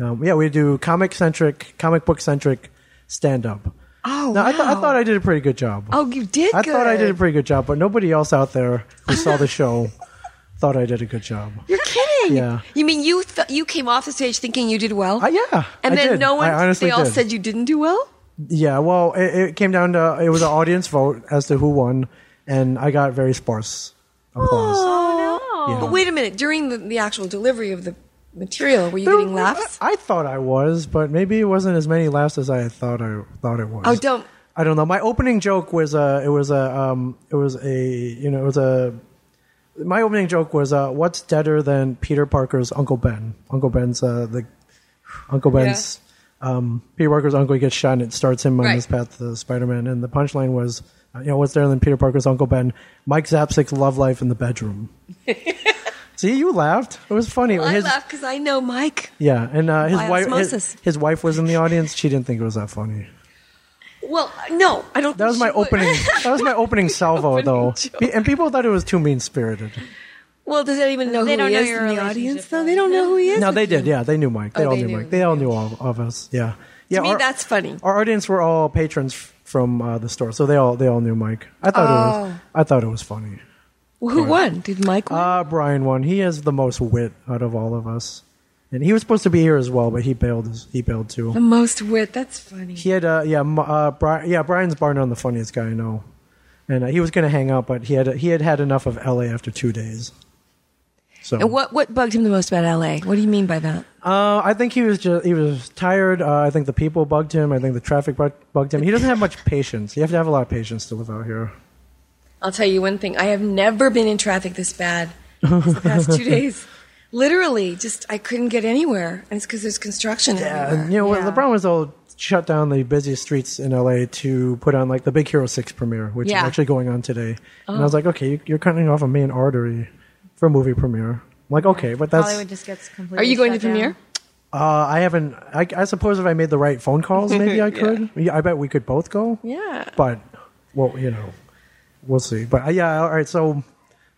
B: um, yeah, we do comic centric, comic book centric stand up.
D: Oh,
B: now I, th- I
D: wow.
B: thought I did a pretty good job.
D: Oh, you did.
B: I thought I did a
D: good.
B: pretty good job, but nobody else out there who saw the show thought I did a good job.
D: You're kidding.
B: Yeah.
D: You mean you th- you came off the stage thinking you did well?
B: Uh, yeah,
D: And
B: I
D: then
B: did.
D: no one.
B: I honestly
D: they all
B: did.
D: said you didn't do well.
B: Yeah, well, it, it came down to it was an audience vote as to who won, and I got very sparse applause.
D: Oh
B: no. Yeah.
D: But wait a minute. During the, the actual delivery of the material, were you
B: There
D: getting
B: were-
D: laughs?
B: I, I thought I was, but maybe it wasn't as many laughs as I thought I thought it was.
D: Oh, don't.
B: I don't know. My opening joke was uh, it was a um, it was a you know it was a my opening joke was uh, what's deader than Peter Parker's Uncle Ben? Uncle Ben's uh, the Uncle Ben's um, Peter Parker's uncle he gets shot and it starts him on
D: Right.
B: his path to Spider-Man. And the punchline was uh, you know what's deader than Peter Parker's Uncle Ben? Mike Zapsik's love life in the bedroom. See, you laughed. It was funny.
D: Well, I
B: His-
D: laugh because I know Mike.
B: yeah, and uh, his
D: By
B: wife his,
D: osmosis.
B: his wife was in the audience. She didn't think it was that funny.
D: Well, no, I don't.
B: That was my opening. That was my opening salvo, though, Be- and people thought it was too mean spirited.
D: Well, does anyone know
E: They
D: who
E: don't
D: he
E: know
D: is
E: your
D: in the
E: relationship,
D: audience?
E: though.
D: Though they don't know who he is.
B: No, they did. Yeah, they knew Mike. They
D: Oh,
B: all
D: they
B: knew,
D: knew.
B: Mike. They all knew all of us. Yeah, yeah.
D: To me,
B: our-
D: that's funny.
B: Our audience were all patrons f- from uh, the store, so they all they all knew Mike. I thought it
D: Oh.
B: was. I thought it was funny.
D: Well, who won? Did Mike win?
B: Uh, Brian won. He has the most wit out of all of us, and he was supposed to be here as well, but he bailed. He bailed too.
D: the most wit. That's funny.
B: He had uh, yeah, m- uh, Brian, yeah, Brian's Barnum, the funniest guy I know, and uh, he was going to hang out, but he had he had had enough of LA after two days. So
D: And what what bugged him the most about L.A.? What do you mean by that?
B: uh, I think he was just he was tired. Uh, I think the people bugged him. I think the traffic bug- bugged him. He doesn't have much patience. You have to have a lot of patience to live out here.
D: I'll tell you one thing. I have never been in traffic this bad as the past two days. Literally, just I couldn't get anywhere, and it's because there's construction
B: Uh,
D: everywhere.
B: you know, when
E: Yeah.
B: LeBron was all shut down the busiest streets in LA to put on like the Big Hero Six premiere, which is
D: Yeah.
B: actually going on today. And I was like, okay, you- you're cutting off a main artery for a movie premiere. I'm like, okay, but that's
E: Hollywood just gets completely.
D: Are you going to
E: shut
D: premiere?
E: down.
B: Uh, I haven't. I, I suppose if I made the right phone calls, maybe I could. yeah. I bet we could both go.
D: Yeah.
B: But, well, you know, we'll see. But uh, yeah, all right. So,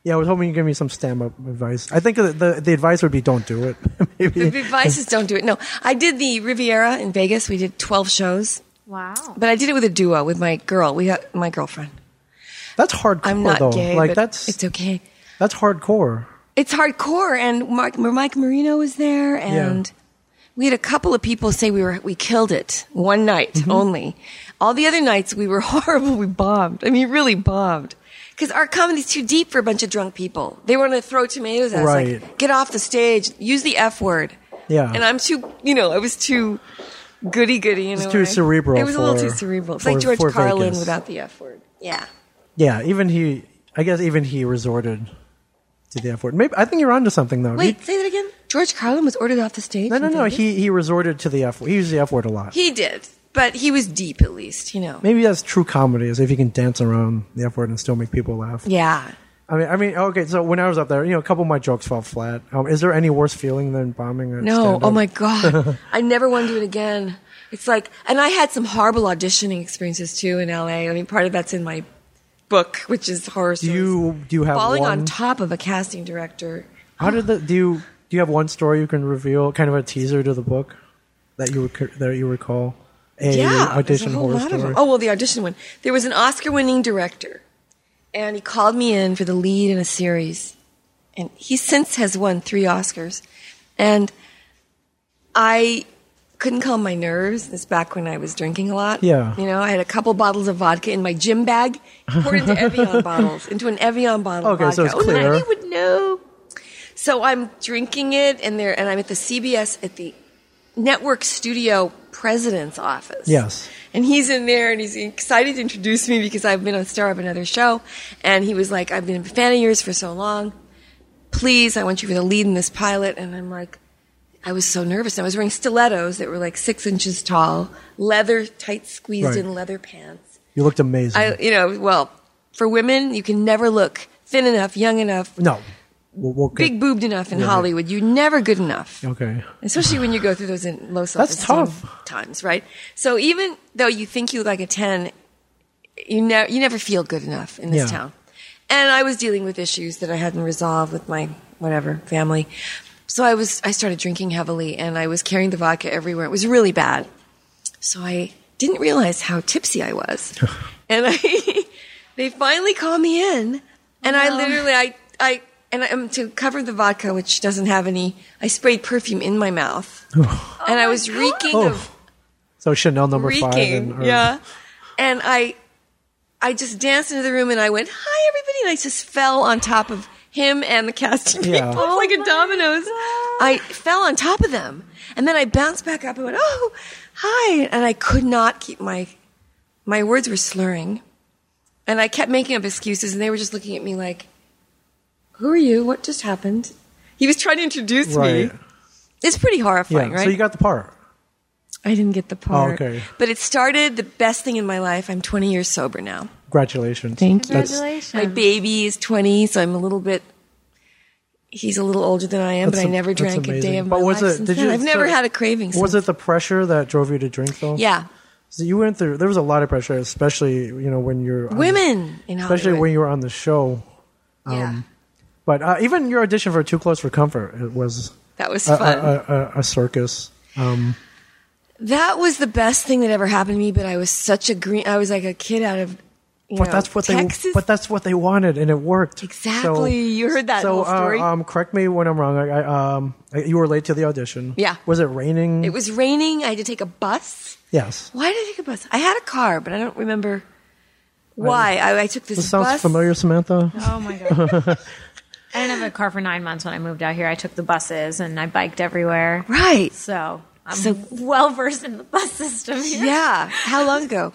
B: yeah, I was hoping you'd give me some stand up advice. I think the, the the advice would be don't do it. maybe.
D: The advice is don't do it. No, I did the Riviera in Vegas. We did 12 shows,
E: Wow.
D: but I did it with a duo with my girl. We got my girlfriend.
B: That's hardcore,
D: I'm not
B: though.
D: gay,
B: like
D: but
B: that's
D: it's okay.
B: that's hardcore.
D: It's hardcore, and Mark, Mike Marino was there, and we had a couple of people say we were we killed it one night
B: Mm-hmm.
D: only. All the other nights we were horrible. We bombed. I mean, really bombed. Because our comedy's too deep for a bunch of drunk people. They want to throw tomatoes at us,
B: Right.
D: like get off the stage, use the f word.
B: Yeah.
D: and I'm too. You know, I was too goody goody. It's
B: too cerebral
D: It was a little
B: for-
D: too cerebral. It's
B: for-
D: like George
B: for
D: Carlin
B: Vegas.
D: without the f word. Yeah.
B: Yeah, even he. I guess even he resorted to the F word. Maybe I think you're onto something though.
D: Wait, say that again. George Carlin was ordered off the stage.
B: He, no, no,
D: in
B: no.
D: Vegas?
B: He he resorted to the F. word. He used the F word a lot.
D: He did, but he was deep at least, you know.
B: Maybe that's true comedy is if you can dance around the F word and still make people laugh.
D: Yeah.
B: I mean, I mean, okay. So when I was up there, you know, a couple of my jokes fell flat. Um, is there any worse feeling than bombing? A
D: No.
B: stand-up?
D: Oh my god. I never want to do it again. It's like, and I had some horrible auditioning experiences too in LA. I mean, part of that's in my book, which is horror.
B: Do you do you have
D: falling
B: one?
D: on top of a casting director?
B: How did the do you do you have one story you can reveal? Kind of a teaser to the book that you rec- that you recall a
D: yeah, there's
B: audition
D: a whole
B: horror
D: lot of
B: story.
D: them. Oh well, the audition one. There was an Oscar-winning director, and he called me in for the lead in a series, and he since has won three Oscars, and I couldn't calm my nerves. This back when I was drinking a lot.
B: Yeah.
D: you know, I had a couple bottles of vodka in my gym bag, poured into Evian bottles, into an Evian bottle.
B: Okay,
D: of
B: so
D: vodka.
B: it's
D: Oh,
B: clear.
D: Lenny would know. So I'm drinking it, and there, and I'm at the CBS at the network studio president's office.
B: Yes.
D: And he's in there and he's excited to introduce me because I've been on Star of another show. And he was like, I've been a fan of yours for so long. Please, I want you for the lead in this pilot. And I'm like, I was so nervous. I was wearing stilettos that were like six inches tall, leather, tight squeezed
B: Right.
D: in leather pants.
B: You looked amazing.
D: I, you know, well, for women, you can never look thin enough, young enough,
B: no, We'll, we'll get-
D: big boobed enough in Hollywood. You're never good enough.
B: Okay.
D: Especially when you go through those in low self
B: That's
D: esteem
B: tough.
D: times, right? So even though you think you look like a 10, you, ne- you never feel good enough in this
B: Yeah.
D: town. And I was dealing with issues that I hadn't resolved with my whatever family. So I was I started drinking heavily and I was carrying the vodka everywhere. It was really bad. So I didn't realize how tipsy I was. and I they finally call me in and I literally I I and I, um, to cover the vodka which doesn't have any I sprayed perfume in my mouth. and I was reeking
B: Oh.
D: of
B: So Chanel number five.
D: reeking.
B: And, or-
D: yeah. And I, I just danced into the room and I went, "Hi, everybody!" And I just fell on top of him and the casting
B: Yeah. Oh
D: people like a dominoes. I fell on top of them, and then I bounced back up and went, "Oh, hi!" And I could not keep my my words were slurring, and I kept making up excuses, and they were just looking at me like, "Who are you? What just happened?" He was trying to introduce
B: Right.
D: me. It's pretty
B: Yeah.
D: horrifying, right?
B: So you got the part.
D: I didn't get the part.
B: Oh, okay.
D: But it started the best thing in my life. I'm 20 years sober now.
B: Congratulations.
D: Thank you.
B: That's-
E: Congratulations.
D: My baby is 20, so I'm a little bit. He's a little older than I am,
B: That's
D: but I
B: am-
D: never
B: that's
D: drank a
B: amazing.
D: day of
B: but
D: my
B: was
D: life
B: It,
D: since
B: did you,
D: then. I've never
B: so
D: had a craving.
B: Was
D: since-
B: it the pressure that drove you to drink though?
D: Yeah,
B: So you went through. There was a lot of pressure, especially you know when you're on-
D: women in Hollywood.
B: especially um, when you were on the show.
D: yeah,
B: But uh, even your audition for Too Close for Comfort it was
D: that was
B: a,
D: fun.
B: a, a, a circus. Um,
D: that was the best thing that ever happened to me. But I was such a green. I was like a kid out of. You
B: but
D: know,
B: that's what
D: Texas.
B: they. But that's what they wanted, and it worked
D: exactly.
B: So-
D: you heard that
B: so
D: whole story.
B: Uh, um, correct me when I'm wrong. I, I, um, I- you were late to the audition.
D: Yeah.
B: Was it raining?
D: it was raining. I had to take a bus.
B: Yes.
D: Why did I take a bus? I had a car, but I don't remember why. I, I took this,
B: This sounds
D: bus.
B: familiar, Samantha.
E: Oh my god. I didn't have a car for nine months when I moved out here. I took the buses and I biked everywhere.
D: Right.
E: So I'm
D: So-
E: well versed in the bus system. Here.
D: Yeah. How long ago?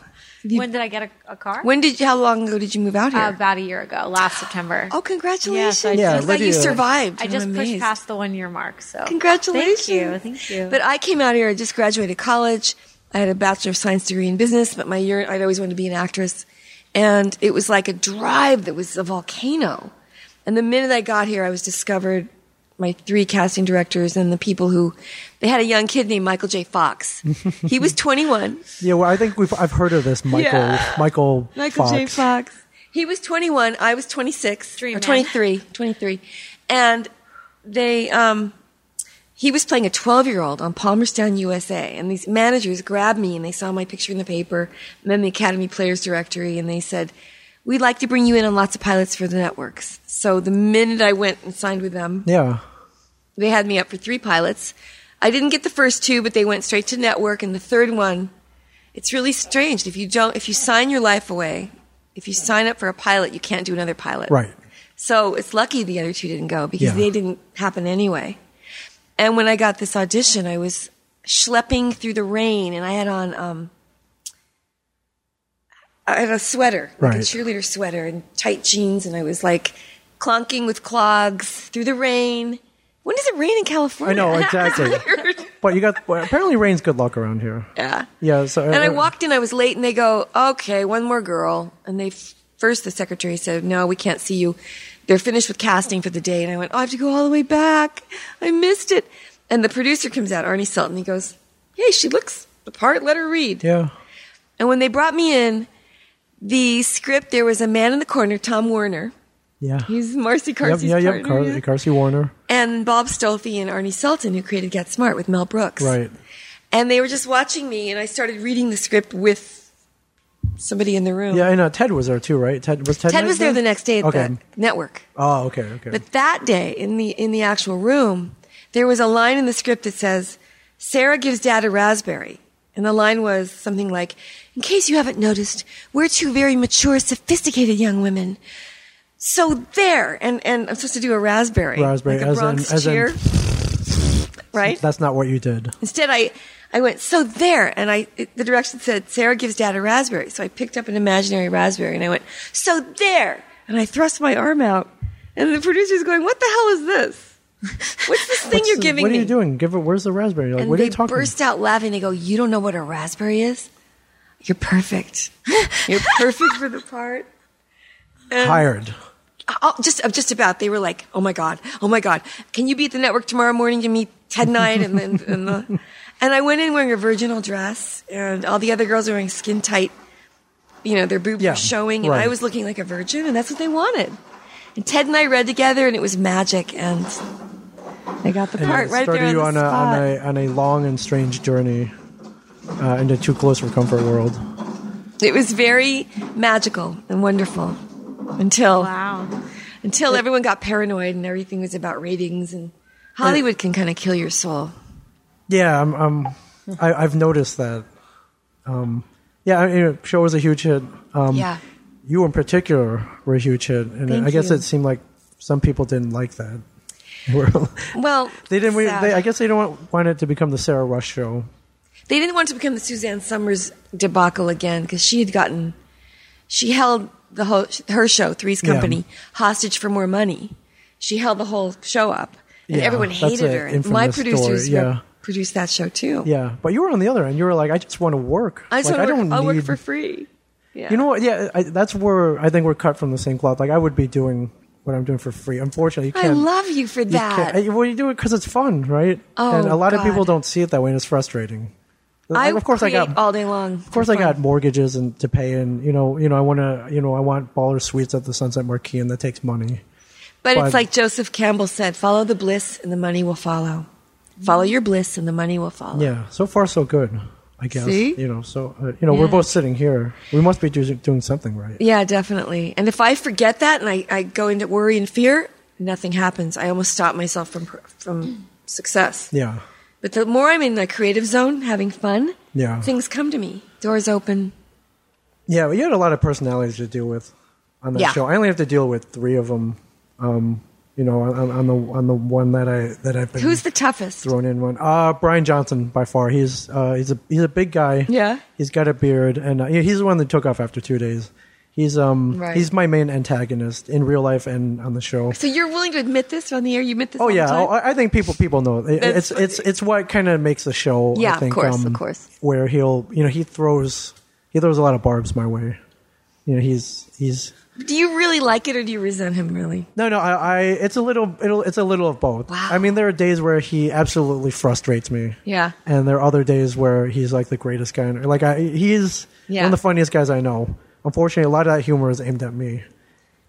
E: When did I get a, a car?
D: When did you, how long ago did you move out here?
E: Uh, about a year ago, last September.
D: oh, congratulations.
E: Yes, I
B: Yeah,
D: I thought you
B: Lydia-
D: survived.
E: I
D: I'm
E: just pushed
D: amazed.
E: past the one year mark. So
D: Congratulations.
E: Thank you. Thank you.
D: But um, I came out here, I just graduated college. I had a Bachelor of Science degree in business, but my year, I'd always wanted to be an actress. And it was like a drive that was a volcano. And the minute I got here, I was discovered my three casting directors and the people who, they had a young kid named Michael J. Fox. he was 21.
B: Yeah. Well, I think we've I've heard of this Michael
D: Yeah.
B: Michael
D: Michael
B: Fox.
D: J. Fox. He was 21. I was 26
E: Dream
D: or
E: man.
D: 23, 23, and they. Um, he was playing a 12 year old on Palmerstown, USA, and these managers grabbed me and they saw my picture in the paper, and then the Academy Players Directory, and they said, "We'd like to bring you in on lots of pilots for the networks." So the minute I went and signed with them,
B: Yeah.
D: they had me up for three pilots. I didn't get the first two, but they went straight to network. And the third one, it's really strange. If you don't, if you sign your life away, if you sign up for a pilot, you can't do another pilot.
B: Right.
D: So it's lucky the other two didn't go because
B: Yeah.
D: they didn't happen anyway. And when I got this audition, I was schlepping through the rain, and I had on um, I had a sweater, like
B: Right.
D: a cheerleader sweater, and tight jeans, and I was like clonking with clogs through the rain. When does it rain in
B: I
D: California?
B: know exactly. but you got well, apparently rain's good luck around here.
D: Yeah.
B: Yeah. So uh,
D: And I walked in, I was late, and they go, okay, one more girl. And they, f- first the secretary said, no, we can't see you. They're finished with casting for the day. And I went, oh, I have to go all the way back. I missed it. And the producer comes out, Arnie Selton. He goes, hey, she looks the part, let her read.
B: Yeah.
D: And when they brought me in, the script, there was a man in the corner, Tom Werner.
B: Yeah.
D: He's Marcy
B: Yep,
D: Carsey's
B: yeah, yep.
D: partner,
B: Car-
D: yeah.
B: Carsey Warner.
D: And Bob Stolfi and Arnie Selton, who created Get Smart with Mel Brooks.
B: Right.
D: And they were just watching me, and I started reading the script with somebody in the room.
B: Yeah, I know. Ted was there too, right? Ted was Ted.
D: Ted was there the next day at
B: Okay.
D: the network.
B: Oh, okay, okay.
D: But that day in the in the actual room, there was a line in the script that says, "Sarah gives Dad a raspberry," and the line was something like, "In case you haven't noticed, we're two very mature, sophisticated young women." So there, and and I'm supposed to do a raspberry,
B: Raspberry,
D: like a
B: as in-
D: Bronx
B: as in-
D: cheer, right?
B: That's not what you did.
D: Instead, I, I went, so there. And I, it- the direction said, Sarah gives dad a raspberry. So I picked up an imaginary raspberry and I went, so there. And I thrust my arm out. And the producer's going, what the hell is this? What's this thing
B: What's
D: you're
B: the-
D: giving
B: What
D: me?
B: are you doing? Give it. Where's the raspberry? You're like,
D: And
B: what are
D: they
B: you talking?
D: burst out laughing. They go, you don't know what a raspberry is? You're perfect. You're perfect for the part.
B: Hired.
D: uh, just uh, just about. They were like, "Oh my god, oh my god, can you be at the network tomorrow morning to meet Ted Knight?" And then and, the, and I went in wearing a virginal dress, and all the other girls were wearing skin tight. You know, their boobs
B: Yeah,
D: were showing, and I
B: right.
D: was looking like a virgin, and that's what they wanted. And Ted and I read together, and it was magic, and I got the part right there
B: started
D: on
B: you
D: the
B: on a,
D: spot.
B: on a on a long and strange journey uh, into too close for comfort world.
D: It was very magical and wonderful until
E: Wow.
D: until everyone got paranoid and everything was about ratings and Hollywood can kind of kill your soul.
B: Yeah, I'm. I'm I, I've noticed that. Um, yeah, I mean, show was a huge hit. Um,
D: yeah.
B: You in particular were a huge hit, and
D: Thank
B: I guess
D: you.
B: it seemed like some people didn't like that. They were-
D: Well,
B: they didn't. We,
D: sad.
B: they, I guess they don't want, want it to become the Sarah Rush show.
D: They didn't want to become the Suzanne Summers debacle again because she had gotten, she held the whole her show Three's
B: Yeah.
D: Company hostage for more money. She held the whole show up, and
B: Yeah,
D: everyone
B: that's
D: hated
B: a
D: her. And my
B: infamous
D: producers
B: story,
D: rep-
B: yeah.
D: produced that show too.
B: Yeah, but you were on the other end. You were like, I just want to work.
D: I just
B: like,
D: want to work.
B: don't
D: I'll
B: need-
D: work for free. Yeah.
B: You know what? Yeah, I, that's where I think we're cut from the same cloth. Like I would be doing what I'm doing for free. Unfortunately, you
D: I
B: can't.
D: love you for
B: you can't-
D: that.
B: I- well, you do it because it's fun, right?
D: Oh,
B: and a lot of
D: God.
B: people don't see it that way, and it's frustrating.
D: I
B: of course I
D: create
B: got
D: all day long.
B: Of course, I got mortgages and to pay, and you know, you know, I want to, you know, I want baller suites at the Sunset Marquee, and that takes money.
D: But
B: But-
D: it's like Joseph Campbell said follow the bliss and the money will follow. Follow your bliss and the money will follow.
B: Yeah, so far so good, I guess.
D: See?
B: You know, so uh, you know, we're both sitting here. We must be do- doing something right.
D: Yeah, definitely. And if I forget that and I, I go into worry and fear, nothing happens. I almost stop myself from, from success.
B: Yeah,
D: But the more I'm in the creative zone, having fun,
B: Yeah.
D: things come to me. Doors open.
B: yeah. But you had a lot of personalities to deal with on that
D: Yeah.
B: show. I only have to deal with three of them. Um, you know, on, on the on the one that I that I've been
D: Who's the toughest?
B: thrown in one. Uh Brian Johnson by far. He's uh, he's a he's a big guy.
D: Yeah.
B: he's got a beard, and uh, yeah, he's the one that took off after two days. He's um
D: Right.
B: he's my main antagonist in real life and on the show.
D: So you're willing to admit this on the air? You admit this
B: Oh
D: all the
B: yeah,
D: time?
B: oh, I I think people people know it. it's
D: That's
B: it's it's what kind of makes the show. I
D: Yeah, of
B: think,
D: course,
B: um,
D: of course.
B: Where he'll you know he throws he throws a lot of barbs my way. You know he's he's
D: do you really like it or do you resent him really?
B: No, no, I, I it's a little, it'll, it's a little of both.
D: Wow.
B: I mean, there are days where he absolutely frustrates me.
D: Yeah.
B: and there are other days where he's like the greatest guy. in- Like I, he's one
D: Yeah.
B: of the funniest guys I know. Unfortunately, a lot of that humor is aimed at me.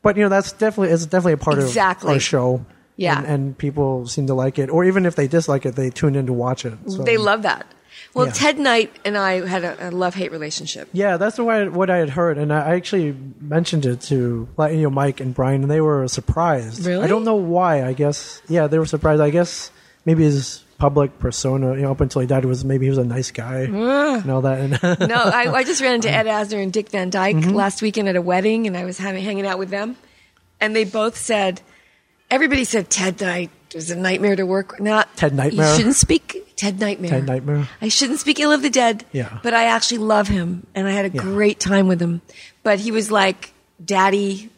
B: But you know, that's definitely it's definitely a part
D: Exactly.
B: of our show.
D: Yeah.
B: and, and people seem to like it, or even if they dislike it, they tune in to watch it. So.
D: They love that. Well,
B: Yeah.
D: Ted Knight and I had a, a love hate relationship.
B: Yeah, that's what I, what I had heard, and I I actually mentioned it to like, you know Mike and Brian, and they were surprised.
D: Really?
B: I don't know why. I guess yeah, they were surprised. I guess maybe his public persona, you know, up until he died, was maybe he was a nice guy and all that. And
D: No, I, I just ran into Ed Asner and Dick Van Dyke
B: Mm-hmm.
D: last weekend at a wedding, and I was having, hanging out with them, and they both said, everybody said Ted Knight was a nightmare to work. Not
B: Ted Nightmare?
D: You shouldn't speak Ted Nightmare.
B: Ted Nightmare.
D: I shouldn't speak ill of the dead.
B: Yeah.
D: But I actually love him, and I had a great time with him. But he was like daddy.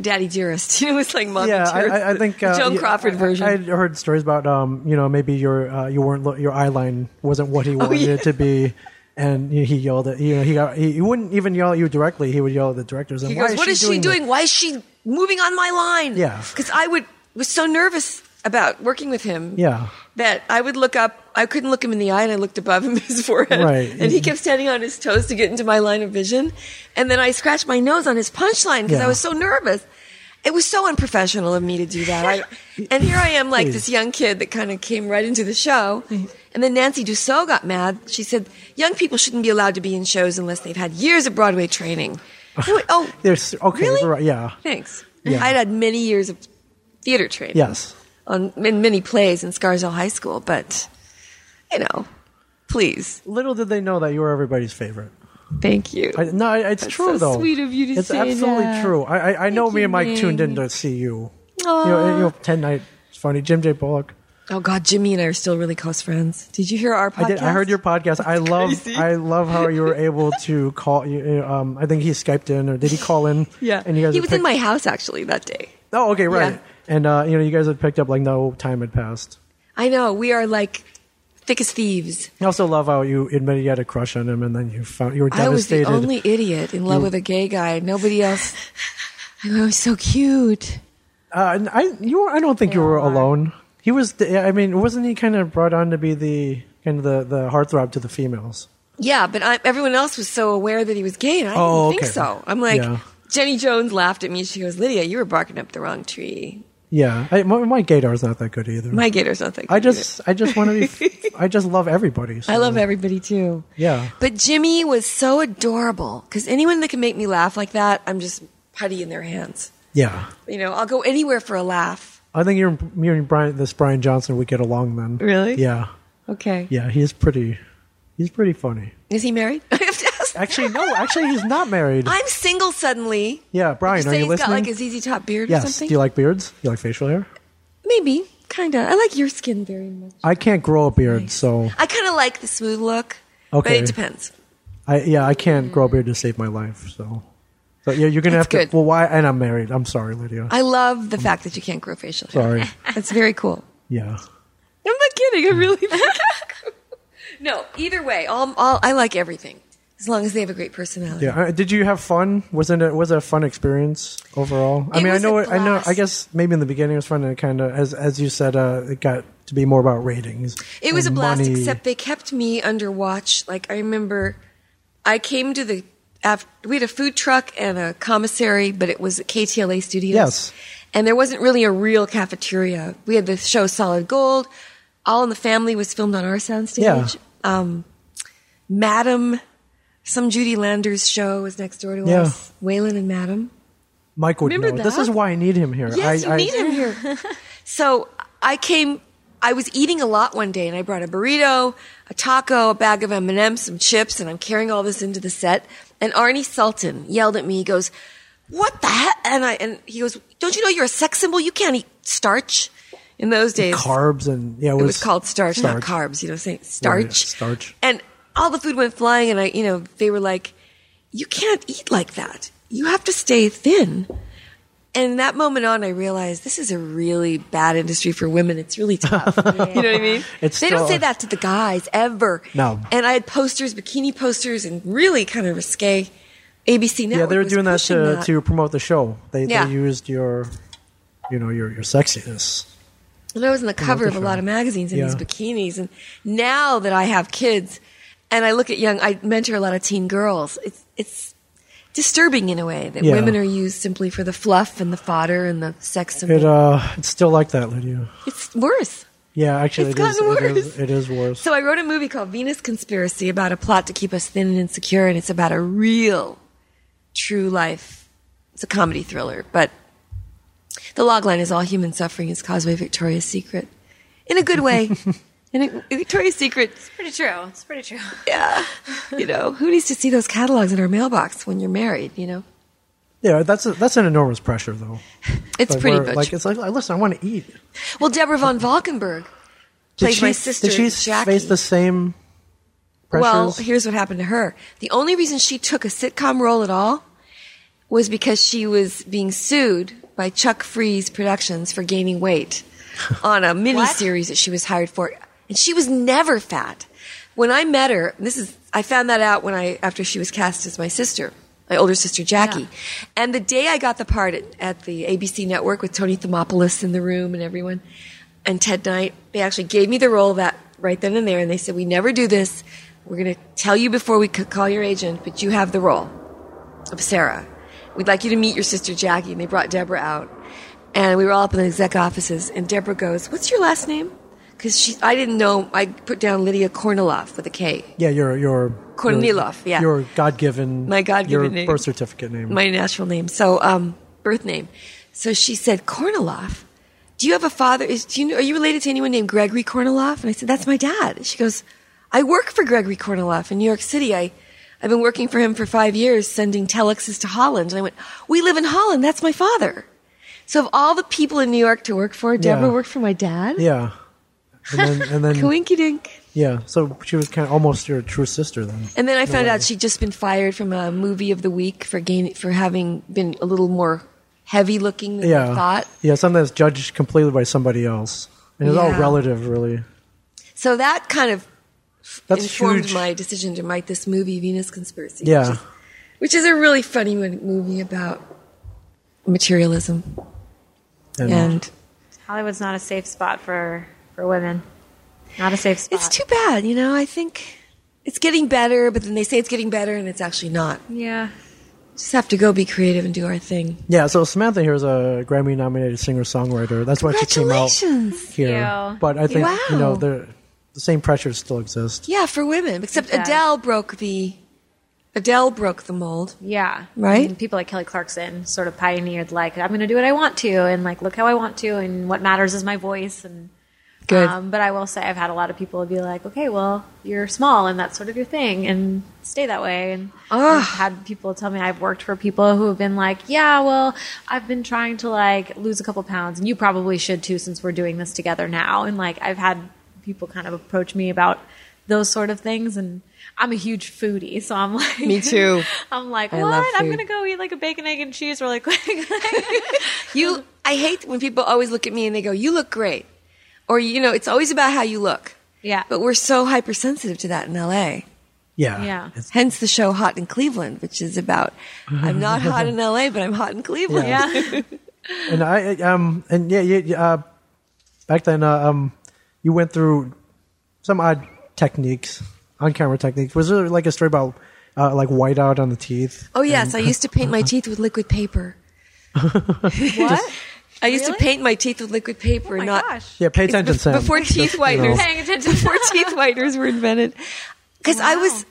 D: Daddy Dearest, you know, it's like mommy
B: yeah, I,
D: dearest.
B: I- I think
D: the
B: uh,
D: Joan
B: yeah,
D: Crawford
B: I-
D: version.
B: I, had heard stories about um, you know, maybe your uh, you weren't lo- your eye line wasn't what he wanted
D: Oh, yeah.
B: it to be. And he he yelled at you know he got he, he wouldn't even yell at you directly he would yell at the directors and
D: He
B: why
D: goes, "What is she
B: this?"
D: doing? Why is she moving on my line?"
B: Yeah.
D: because I would was so nervous about working with him.
B: Yeah.
D: that I would look up. I couldn't look him in the eye, and I looked above him his forehead,
B: Right.
D: and he kept standing on his toes to get into my line of vision. And then I scratched my nose on his punchline because
B: Yeah.
D: I was so nervous. It was so unprofessional of me to do that. I, and here I am, like this young kid that kind of came right into the show. And then Nancy Dussault got mad. She said, "Young people shouldn't be allowed to be in shows unless they've had years of Broadway training." I went, oh,
B: There's okay,
D: Really?
B: right, yeah.
D: Thanks.
B: Yeah.
D: I'd had many years of theater training.
B: Yes.
D: On in many plays in Scarsdale High School, but you know, please,
B: Little did they know that you were everybody's favorite.
D: thank you.
B: I, no, I- it's true
D: so
B: though.
D: sweet of you to
B: It's
D: say
B: absolutely
D: that.
B: true. I, I, I know me
D: you,
B: and Mike
D: Ming.
B: tuned in to see you. You know, you know, ten night. It's funny. Jim J. Bullock.
D: oh God, Jimmy and I are still really close friends. Did you hear our podcast?
B: I did. I heard your podcast. I love. I love how you were able to call. You, you know, um, I think he skyped in, or did he call in?
D: Yeah,
B: And you guys.
D: he
B: had
D: was in
B: picked-
D: my house actually that day.
B: Oh, okay, right.
D: Yeah.
B: And uh, you know, you guys had picked up like no time had passed.
D: I know we are like thick as thieves.
B: I also love how you admitted you had a crush on him, and then you found you were
D: I was the
B: devastated.
D: only idiot in love with a gay guy. Nobody else. I go, he's so cute.
B: Uh, and I you were, I don't think you were alone. He was. The, I mean, wasn't he kind of brought on to be the kind of the the heartthrob to the females?
D: Yeah, but I, everyone else was so aware that he was gay, and I
B: Oh,
D: didn't
B: okay.
D: think so. I'm like,
B: Yeah.
D: Jenny Jones laughed at me. She goes, Lydia, you were barking up the wrong tree.
B: Yeah, I, my, my gaydar's not that good either.
D: My gator's not that good
B: I just I just want to be. f- I just love everybody. so-
D: either. I love everybody too.
B: Yeah.
D: But Jimmy was so adorable because anyone that can make me laugh like that, I'm just putty in their hands.
B: Yeah,
D: You know, I'll go anywhere for a laugh.
B: I think you're you and Brian this Brian Johnson would get along then.
D: Really?
B: Yeah,
D: Okay.
B: yeah. He's pretty. He's pretty funny.
D: Is he married? I have to ask.
B: Actually, no. Actually, he's not married.
D: I'm single suddenly.
B: yeah, Brian,
D: you
B: are
D: say
B: you
D: he's
B: listening?
D: got like a ZZ Top beard or
B: yes.
D: something?
B: Do you like beards? Do you like facial hair?
D: Maybe, kind of. I like your skin very much.
B: I can't grow a beard, so
D: I kind of like the smooth look.
B: Okay.
D: But it depends.
B: I yeah I can't grow a beard to save my life. So, so yeah, you're gonna
D: Mm. That's
B: have to.
D: good.
B: Well, why? And I'm married. I'm sorry, Lydia.
D: I love the fact that you can't grow facial hair.
B: sorry.
D: That's very cool.
B: yeah.
D: I'm not kidding. I really think. no, either way, all, all, I like everything as long as they have a great personality.
B: Yeah. Uh, Did you have fun? Wasn't it was it a fun experience overall? I
D: It
B: mean, I
D: was
B: know,
D: a
B: it, I know. I
D: blast.
B: guess maybe in the beginning it was fun, and kind of as as you said, uh, it got to be more about ratings.
D: It was a
B: and
D: blast,
B: money.
D: except they kept me under watch. Like I remember, I came to the after, we had a food truck and a commissary, but it was at KTLA Studios.
B: Yes.
D: and there wasn't really a real cafeteria. We had the show Solid Gold. All in the Family was filmed on our soundstage.
B: Yeah.
D: Um, Madam, some Judy Landers show was next door to
B: Yeah.
D: us. Waylon and Madam.
B: Mike would
D: Remember
B: know. This
D: that?
B: is why I need him here.
D: Yes,
B: I,
D: you
B: I,
D: need him here. so I came. I was eating a lot one day, and I brought a burrito, a taco, a bag of M and M's, some chips, and I'm carrying all this into the set. And Arnie Sultan yelled at me. He goes, "What the heck?" And I and he goes, "Don't you know you're a sex symbol? You can't eat starch." In those days,
B: Carbs and yeah, it was,
D: it was called starch, not
B: starch.
D: carbs. You know, saying
B: Right,
D: starch,
B: starch.
D: and all the food went flying. And I, you know, they were like, "You can't eat like that. You have to stay thin." And that moment on, I realized this is a really bad industry for women. It's really tough. You know what I mean?
B: It's
D: they don't
B: still-
D: say that to the guys ever.
B: No.
D: And I had posters, bikini posters, and really kind of risque. ABC Network.
B: Yeah, they were
D: was
B: doing that
D: pushing
B: to to promote the show. They
D: Yeah.
B: they used your, you know, your your sexiness.
D: And I was on the cover
B: the
D: of a
B: show.
D: lot of magazines in
B: Yeah.
D: these bikinis. And now that I have kids and I look at young, I mentor a lot of teen girls. It's, it's disturbing in a way that
B: Yeah.
D: women are used simply for the fluff and the fodder and the sex symbol.
B: It uh, it's still like that, Lydia.
D: it's worse.
B: Yeah, actually,
D: It's
B: it is,
D: gotten
B: it is.
D: worse.
B: It is worse.
D: So I wrote a movie called Venus Conspiracy about a plot to keep us thin and insecure. And it's about a real, true life. It's a comedy thriller, but the logline is all human suffering is caused by Victoria's Secret in a good way. And it- Victoria's Secret
E: Pretty true. It's pretty true.
D: yeah. You know, who needs to see those catalogs in our mailbox when you're married, you know?
B: yeah, that's a, that's an enormous pressure though.
D: It's
B: Like,
D: pretty
B: we're-
D: much.
B: like it's like listen, I want to eat.
D: well, Deborah von Valkenburg played my sister,
B: Did she
D: Jackie.
B: face the same pressures?
D: well, here's what happened to her. The only reason she took a sitcom role at all was because she was being sued by Chuck Freeze Productions for gaining weight on a mini series that she was hired for. And she was never fat. When I met her, this is I found that out when I after she was cast as my sister, my older sister Jackie. And the day I got the part at, at the ABC network with Tony Thermopoulos in the room and everyone and Ted Knight, they actually gave me the role that right then and there and they said we never do this. We're going to tell you before we c- call your agent, but you have the role of Sarah. We'd like you to meet your sister Jackie. And they brought Deborah out. And we were all up in the exec offices. And Deborah goes, What's your last name? Because she, I didn't know. I put down Lydia Korniloff with a K.
B: yeah, your your
D: Kornilov,
B: your-
D: yeah.
B: your God given,
D: My God-given
B: your
D: name.
B: birth certificate name.
D: My natural name. So, um, birth name. So she said, Korniloff, do you have a father? Is, do you, know- are you related to anyone named Gregory Korniloff? And I said, that's my dad. And she goes, I work for Gregory Korniloff in New York City. I, I've been working for him for five years, sending telexes to Holland. And I went, we live in Holland. That's my father. So of all the people in New York to work for, Deborah
B: Yeah.
D: worked for my dad.
B: yeah, and then, and then
D: Coinky dink.
B: yeah, so she was kind of almost your true sister then.
D: And then I found out she'd just been fired from a movie of the week for gain, for having been a little more heavy looking than I
B: Yeah,
D: thought.
B: yeah, something that's judged completely by somebody else. And it's all
D: Yeah.
B: relative, really.
D: So that kind of
B: That's
D: informed
B: huge.
D: my decision to write this movie, Venus Conspiracy.
B: yeah,
D: Which is, which is a really funny one- movie about materialism
B: And
D: and
E: Hollywood's not a safe spot for for women. Not a safe spot.
D: it's too bad you know i think it's getting better but then they say it's getting better and it's actually not
E: Yeah.
D: just have to go be creative and do our thing
B: yeah, so Samantha here is a Grammy-nominated singer-songwriter. That's why she came out
D: Congratulations.
B: here.
E: you.
B: But I think you know
D: Wow.
B: the the same pressures still exist.
D: yeah for women except
E: Yeah.
D: adele broke the adele broke the mold
E: Yeah.
D: Right?
E: And people like Kelly Clarkson sort of pioneered like I'm going to do what I want to and like look how I want to and what matters is my voice and
D: Good.
E: Um, but I will say I've had a lot of people be like, okay, well you're small and that's sort of your thing and stay that way. And I've had people tell me I've worked for people who have been like, yeah, well I've been trying to like lose a couple pounds and you probably should too since we're doing this together now. And like I've had people kind of approach me about those sort of things and. I'm a huge foodie, so I'm like
D: Me too.
E: I'm like,
D: I
E: what?
D: love
E: I'm
D: food.
E: gonna go eat like a bacon, egg, and cheese really quick.
D: You, I hate when people always look at me and they go, "You look great," or you know, it's always about how you look.
E: yeah,
D: But we're so hypersensitive to that in LA.
B: Yeah,
E: Yeah.
B: It's-
D: Hence the show "Hot in Cleveland," which is about I'm not hot in LA, but I'm hot in Cleveland.
B: Yeah. and I um and yeah, yeah, yeah, uh, back then uh, um you went through some odd techniques on camera techniques. Was there like a story about uh, like whiteout on the teeth?
D: Oh yes, I used to paint my teeth with liquid paper.
E: what?
D: I used
E: Really?
D: to paint my teeth with liquid paper,
E: Oh my
D: not
E: gosh.
B: Yeah, pay attention, Sam.
D: before teeth whiteners.
E: Paying attention.
D: before teeth whiteners were invented. Because I was,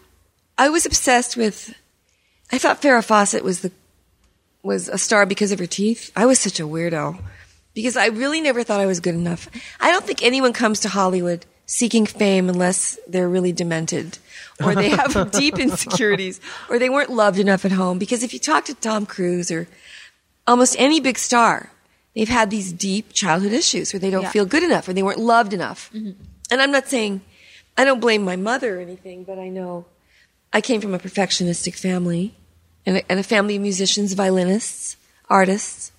D: I was obsessed with. I thought Farrah Fawcett was the was a star because of her teeth. I was such a weirdo because I really never thought I was good enough. I don't think anyone comes to Hollywood seeking fame unless they're really demented or they have deep insecurities or they weren't loved enough at home. Because if you talk to Tom Cruise or almost any big star, they've had these deep childhood issues where they don't
E: Yeah.
D: feel good enough or they weren't loved enough. And I'm not saying I don't blame my mother or anything, but I know I came from a perfectionistic family and a, and a family of musicians, violinists, artists.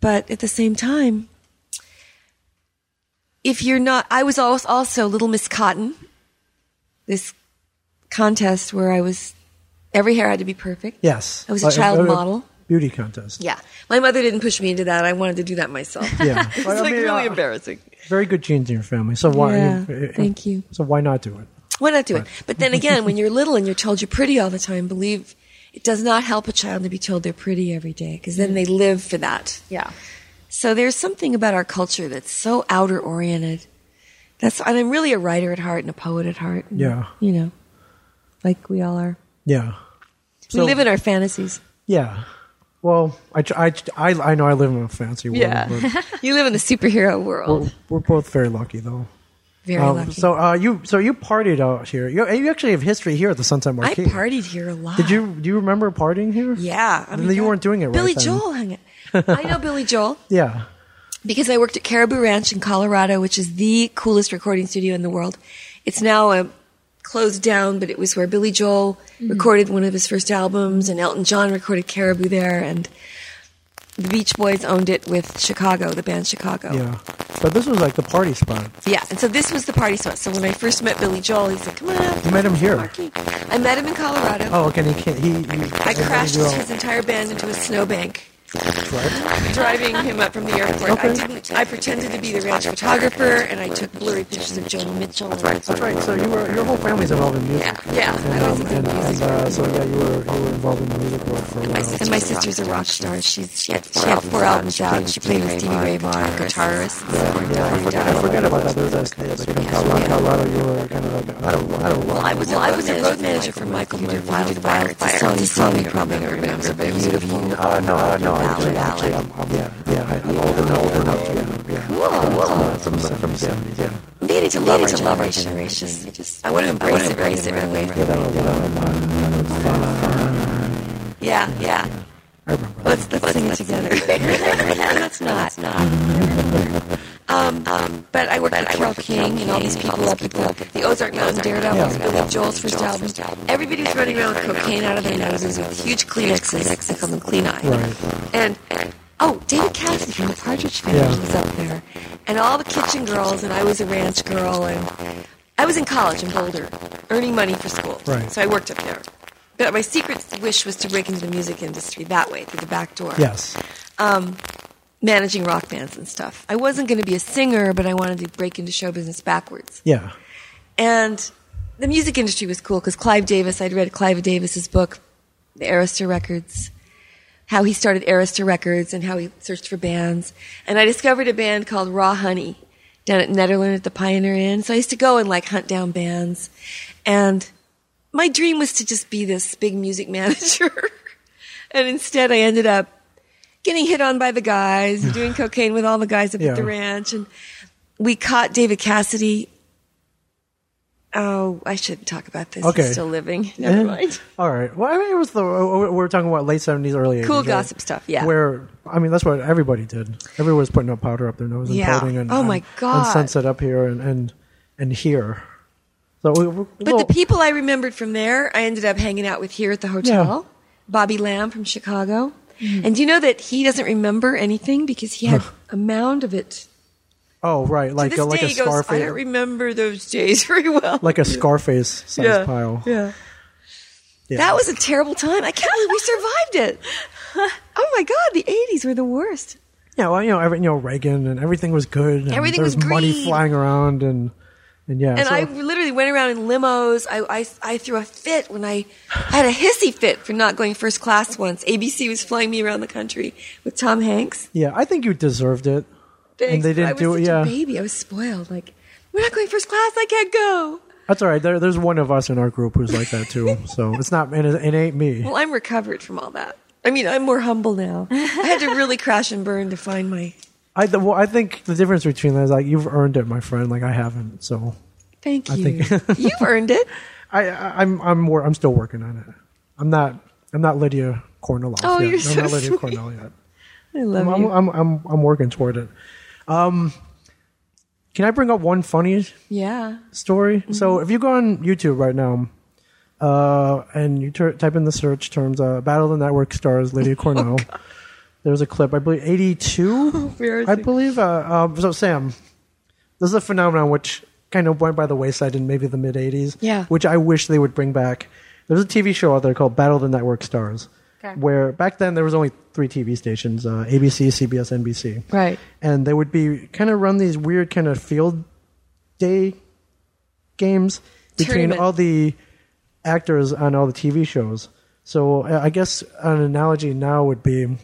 D: But at the same time, if you're not, I was also, also Little Miss Cotton, this contest where I was, every hair had to be perfect.
B: Yes,
D: I was a
B: Like,
D: child model.
B: beauty contest.
D: Yeah. My mother didn't push me into that. I wanted to do that myself.
B: Yeah,
D: it's
B: Well, I
D: like
B: mean,
D: really
B: uh,
D: embarrassing.
B: very good genes in your family. So why?
D: Yeah, thank you.
B: So why not do it?
D: Why not do it? But then again, when you're little and you're told you're pretty all the time, believe it does not help a child to be told they're pretty every day because then they live for that.
E: Yeah,
D: So there's something about our culture that's so outer oriented. That's and I'm really a writer at heart and a poet at heart. and,
B: Yeah.
D: You know, like we all are.
B: Yeah,
D: we live in our fantasies.
B: yeah. Well, I tr- I tr- I, I know I live in a fancy world. but
D: You live in the superhero world.
B: we're, we're both very lucky though.
D: Very
B: Um,
D: lucky.
B: So uh, you so you partied out here. You, you actually have history here at the Sunset
D: I
B: Marquee.
D: partied here a lot.
B: Did you do you remember partying here?
D: Yeah. I
B: Then you
D: God.
B: weren't doing it right
D: Billy
B: then.
D: Joel hung out. I know Billy Joel
B: Yeah.
D: because I worked at Caribou Ranch in Colorado, which is the coolest recording studio in the world. It's now a closed down, but it was where Billy Joel recorded one of his first albums, and Elton John recorded Caribou there, and the Beach Boys owned it with Chicago, the band Chicago.
B: Yeah. But this was like the party spot.
D: Yeah, and so this was the party spot. So when I first met Billy Joel, he said, "Come on out."
B: You met him here.
D: Marquee." I met him in Colorado.
B: Oh, okay. And he can't. He. he
D: I crashed
B: you
D: his entire band into a snowbank.
B: Right?
D: driving him up from the airport. I didn't. I pretended to be the ranch photographer, and I took blurry pictures of Joni Mitchell. And
B: That's right. So you were, your whole family's involved in music.
D: yeah, yeah.
B: And,
D: I was
B: um, and,
D: into
B: and
D: music.
B: uh, so yeah, you were you were involved in the music world for a
D: My
B: while.
D: sis- and my sister's a rock star. She's she had, she had four albums out. She played with Stevie Ray Vaughan, guitarist.
B: I forget about that. There's that yeah, like in Colorado, Colorado, you were kind of like I don't, I don't.
D: Well, I was well, I was a road manager for Michael Moore. Wild Wildfire. It's a song, it's a song you probably don't remember, but it was beautiful.
B: Uh, no, uh, no, I
D: Ballad, ballad.
B: yeah, yeah, I, I'm old enough, old enough, yeah, yeah.
D: Whoa.
B: From the from the 70s, yeah.
D: Lead it to love, to love our generation. It Just, I want to embrace it, embrace it, really. Yeah, yeah. Let's, let's sing it together. That's not. Um, um, but I worked with Carol King and all these people, up at the, the Ozark Mountain Daredevils, Billy Joel's first album. Everybody was running around with cocaine out of their noses with huge Kleenexes. They call them Clean Eye. And, and oh, David Cassidy from the Partridge Family
B: Yeah.
D: was up there, and all the kitchen girls, and I was a ranch girl, and I was in college in Boulder, earning money for school.
B: Right.
D: So I worked up there. But my secret wish was to break into the music industry that way, through the back door.
B: Yes.
D: Managing rock bands and stuff. I wasn't going to be a singer, but I wanted to break into show business backwards.
B: Yeah.
D: And the music industry was cool because Clive Davis, I'd read Clive Davis's book, The Arista Records, how he started Arista Records and how he searched for bands. And I discovered a band called Raw Honey down at Netherland at the Pioneer Inn. So I used to go and like hunt down bands. And my dream was to just be this big music manager. and instead I ended up getting hit on by the guys, and doing cocaine with all the guys up
B: Yeah.
D: at the ranch. And we caught David Cassidy. Oh, I shouldn't talk about this.
B: Okay.
D: He's still living. Never
B: Eh,
D: mind.
B: All right. Well, I mean, it was the oh, oh, we're talking about late seventies, early 80s,
D: Cool
B: right?
D: gossip stuff, yeah.
B: Where I mean, that's what everybody did. Everyone was putting up powder up their nose and
D: Yeah.
B: pouting and
D: Oh, my
B: and-
D: God.
B: and sunset up here and and, and here. So, we, we-
D: But
B: well,
D: the people I remembered from there, I ended up hanging out with here at the hotel. Bobby Lamb from Chicago.
B: Hmm.
D: And do you know that he doesn't remember anything because he had a mound of it.
B: Oh, right, like
D: This
B: a, like
D: day
B: a
D: he goes, I don't
B: Scarface,
D: remember those days very well.
B: like a Scarface size
D: yeah.
B: pile.
D: Yeah.
B: Yeah.
D: That was a terrible time. I can't believe we survived it. Oh my God, the 80s were the worst.
B: Yeah, well, you know, every, you know, Reagan and everything was good. And
D: Everything
B: there
D: was
B: was money
D: green.
B: flying around and and yeah.
D: And
B: so,
D: I literally went around in limos. I, I, I threw a fit when I, I had a hissy fit for not going first class once. ABC was flying me around the country with Tom Hanks.
B: yeah, I think you deserved it. And they didn't
D: I was
B: do it,
D: such
B: yeah.
D: A baby, I was spoiled. Like we're not going first class. I can't go.
B: That's all right. There, there's one of us in our group who's like that too. So it's not and it, it ain't me.
D: Well, I'm recovered from all that. I mean, I'm more humble now. I had to really crash and burn to find my.
B: I th- well, I think the difference between that is like you've earned it, my friend. Like I haven't, so
D: Thank
B: I
D: you.
B: think-
D: You've earned it.
B: I, I I'm I'm more, I'm still working on it. I'm not I'm not Lydia Kornilov.
D: Oh,
B: yet.
D: you're
B: I'm
D: so
B: not Lydia
D: sweet.
B: Cornell yet.
D: I love
B: I'm,
D: you.
B: I'm I'm I'm working toward it. Um, can I bring up one funny
D: yeah.
B: story?
D: Mm-hmm.
B: So if you go on YouTube right now. Uh, and you tur type in the search terms, uh, Battle of the Network stars Lydia
D: Oh,
B: Cornell. There's a clip, I believe, 82? I
D: Embarrassing.
B: believe. Uh, um, so, Sam, this is a phenomenon which kind of went by the wayside in maybe the mid '80s.
D: Yeah.
B: Which I wish they would bring back. There's a TV show out there called Battle of the Network Stars,
E: Okay.
B: where back then there was only three TV stations: uh, ABC, CBS, NBC.
D: Right.
B: And they would be kind of run these weird kind of field day games between
D: Tournament.
B: all the actors on all the TV shows. So I I guess an analogy now would be you